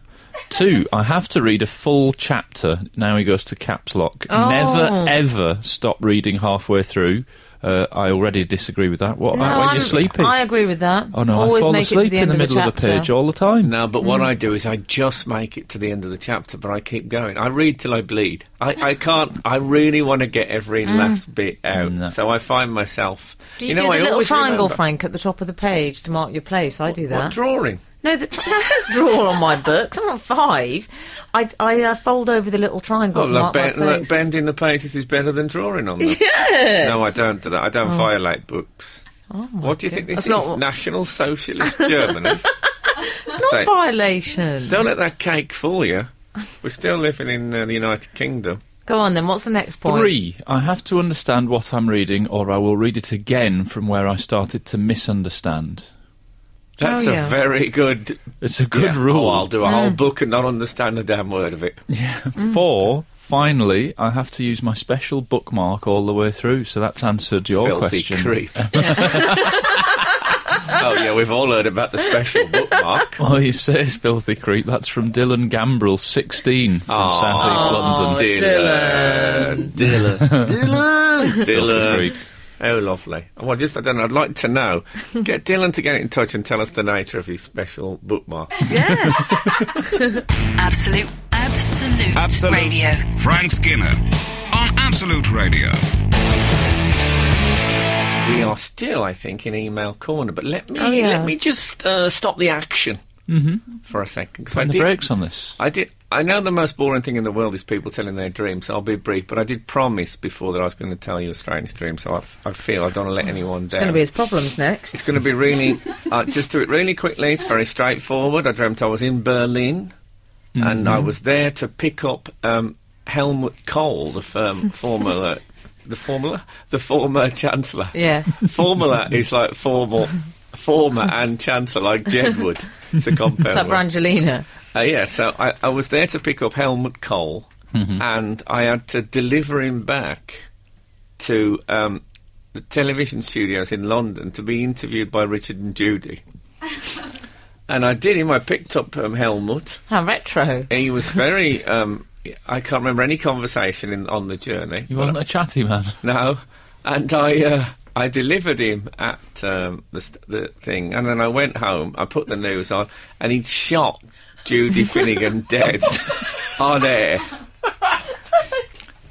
two, I have to read a full chapter. Now he goes to caps lock.
Oh.
Never ever stop reading halfway through. Uh, I already disagree with that. What about when
I'm-
you're sleeping?
I agree with that.
oh no,
Always
I fall
make it to
asleep
the
in
end
the middle of,
of,
a page all the time.
No, but what I do is I just make it to the end of the chapter, but I keep going. I read till I bleed. I, I can't. I really want to get every last bit out,
No.
so I find myself.
Do you, do the
I
little
always
triangle,
remember-
Frank, at the top of the page to mark your place? I do that.
What drawing?
No, the, I don't draw on my books. I'm not five. I, I uh, fold over the little triangle
Oh,
to
look,
mark my
ben, look,
place.
bending the pages is better than drawing on them.
Yes. Oh.
No, I don't do that. I don't violate books. what do you think this
That's
is?
not what-
National Socialist Germany.
it's not
State.
violation.
don't let that cake fool you. We're still living in uh, the United Kingdom.
Go on then. What's the next point?
Three, I have to understand what I'm reading, or I will read it again from where I started to misunderstand.
That's
Oh, yeah.
a very good.
It's a good
Yeah.
rule.
Oh, I'll do a whole book and not understand a damn word of it.
Four, finally, I have to use my special bookmark all the way through. So that's answered your
Filthy
question.
creep. oh yeah, we've all heard about the special bookmark.
Oh, you say it's filthy creep. That's from Dylan Gambrell, 16, from
Aw.
South East London.
Dylan, Dylan, Dylan,
Filthy
Dylan.
creep.
Oh, lovely. Well, just I don't know. I'd like to know. Get Dylan to get in touch and tell us the nature of his special bookmark.
Absolute, absolute,
Absolute.
radio.
Frank Skinner on Absolute Radio.
We are still, I think, in email corner, but let me
Oh, yeah. Mm-hmm.
let me just uh, stop the action for a second because I
And the
did.
breaks on this.
I did. I know the most boring thing in the world is people telling their dreams. so I'll be brief, but I did promise before that I was going to tell you a strange dream, so I, f- I feel I don't want to let anyone down.
Going to be his problems next.
It's going to be really. Uh, just do it really quickly. It's very straightforward. I dreamt I was in Berlin, and I was there to pick up um, Helmut Kohl, the firm, former, the former, the former chancellor.
Yes.
Formula is like formal, former and chancellor, like Jedward. It's a compound.
It's like
word.
Brangelina.
Uh, yeah, so I, I was there to pick up Helmut Kohl, and I had to deliver him back to um, the television studios in London to be interviewed by Richard and Judy. and I did him. I picked up um, Helmut.
How retro.
He was very. Um, I can't remember any conversation in, on the journey.
You wasn't a chatty man.
No, and I uh, I delivered him at um, the, st- the thing, and then I went home. I put the news on, and he'd shot Judy Finnegan dead on air.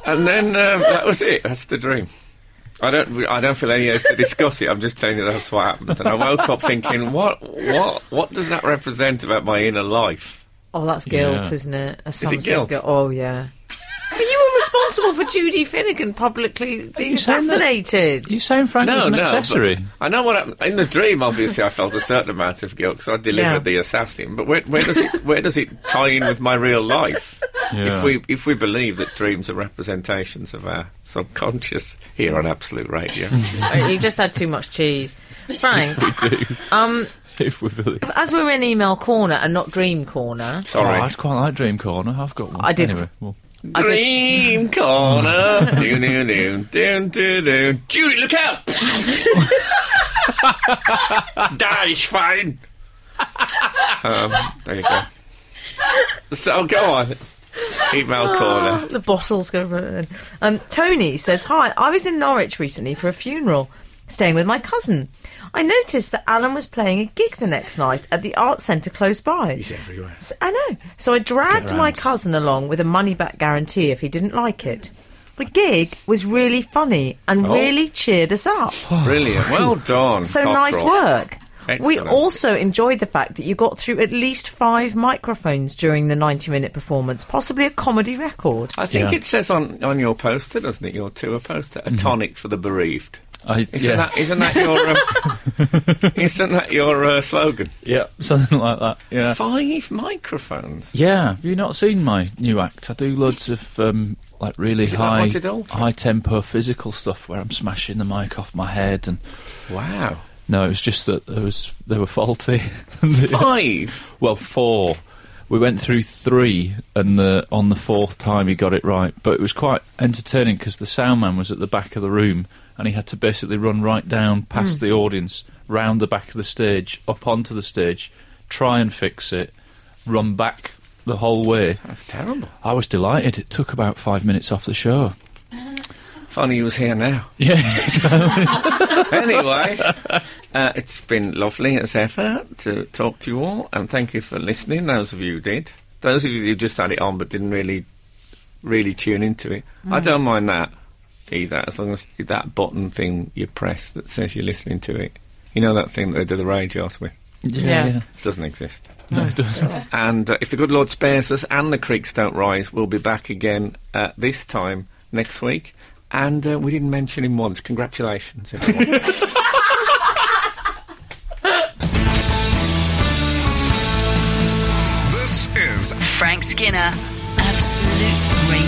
And then um, that was it. That's the dream. I don't. I don't feel any urge to discuss it. I'm just telling you that's what happened. And I woke up thinking, what, what, what does that represent about my inner life?
Oh, that's guilt,
Yeah.
isn't it? Is it
guilt?
Oh, yeah. But you were responsible for Judy Finnegan publicly being
you saying that-
assassinated.
You saying Frank was an
but
accessory?
I know what happened. In the dream, obviously, I felt a certain amount of guilt because I delivered
Yeah.
the assassin. But where, where does it where does it tie in with my real life?
Yeah.
If we if we believe that dreams are representations of our subconscious here on Absolute Radio,
Uh, you just had too much cheese. Frank,
if we believe.
as we're in email corner and not dream corner,
sorry.
Oh, I'd quite like Dream Corner. I've got one.
I did.
Anyway, well,
I just-
Dream corner, do do do do do do. Judy, look out! Die, Schwein. um, there you go. So go on. Email corner.
Ah, the bottles go burn. Um, Tony says, Hi, I was in Norwich recently for a funeral, staying with my cousin. I noticed that Alan was playing a gig the next night at the art centre close by. He's
everywhere.
So, I know. So I dragged my cousin along with a money back guarantee if he didn't like it. The gig was really funny and
Oh.
really cheered us up.
Brilliant. Well done.
So
Cockroach.
nice work. We
Excellent.
also enjoyed the fact that you got through at least five microphones during the 90 minute performance, possibly a comedy record.
I think
Yeah.
it says on, on your poster, doesn't it? Your tour poster, a tonic for the bereaved.
I,
Isn't
yeah,
that isn't that your um, isn't that your uh, slogan?
yeah, something like that. Yeah.
Five microphones.
Yeah, have you not seen my new act? I do loads of um, like really
it like
high,
Wanted Altar?
high tempo physical stuff where I'm smashing the mic off my head, and
Wow.
no, it was just that there was they were faulty. The-
Five.
well, four. We went through three, and the, on the fourth time he got it right. But it was quite entertaining because the sound man was at the back of the room, and he had to basically run right down past the audience, round the back of the stage, up onto the stage, try and fix it, run back the whole way.
That's terrible.
I was delighted. It took about five minutes off the show.
Funny he was here now.
Yeah.
anyway, uh, it's been lovely as ever to talk to you all, and thank you for listening. Those of you who did, those of you who just had it on but didn't really, really tune into it, I don't mind that either. As long as that button thing you press that says you're listening to it, you know that thing that they do the radios with,
Yeah.
doesn't exist.
No, it doesn't.
And uh, if the good Lord spares us and the creeks don't rise, we'll be back again uh, this time next week. And uh, we didn't mention him once. Congratulations, everyone.
This is
Frank Skinner, Absolute Radio.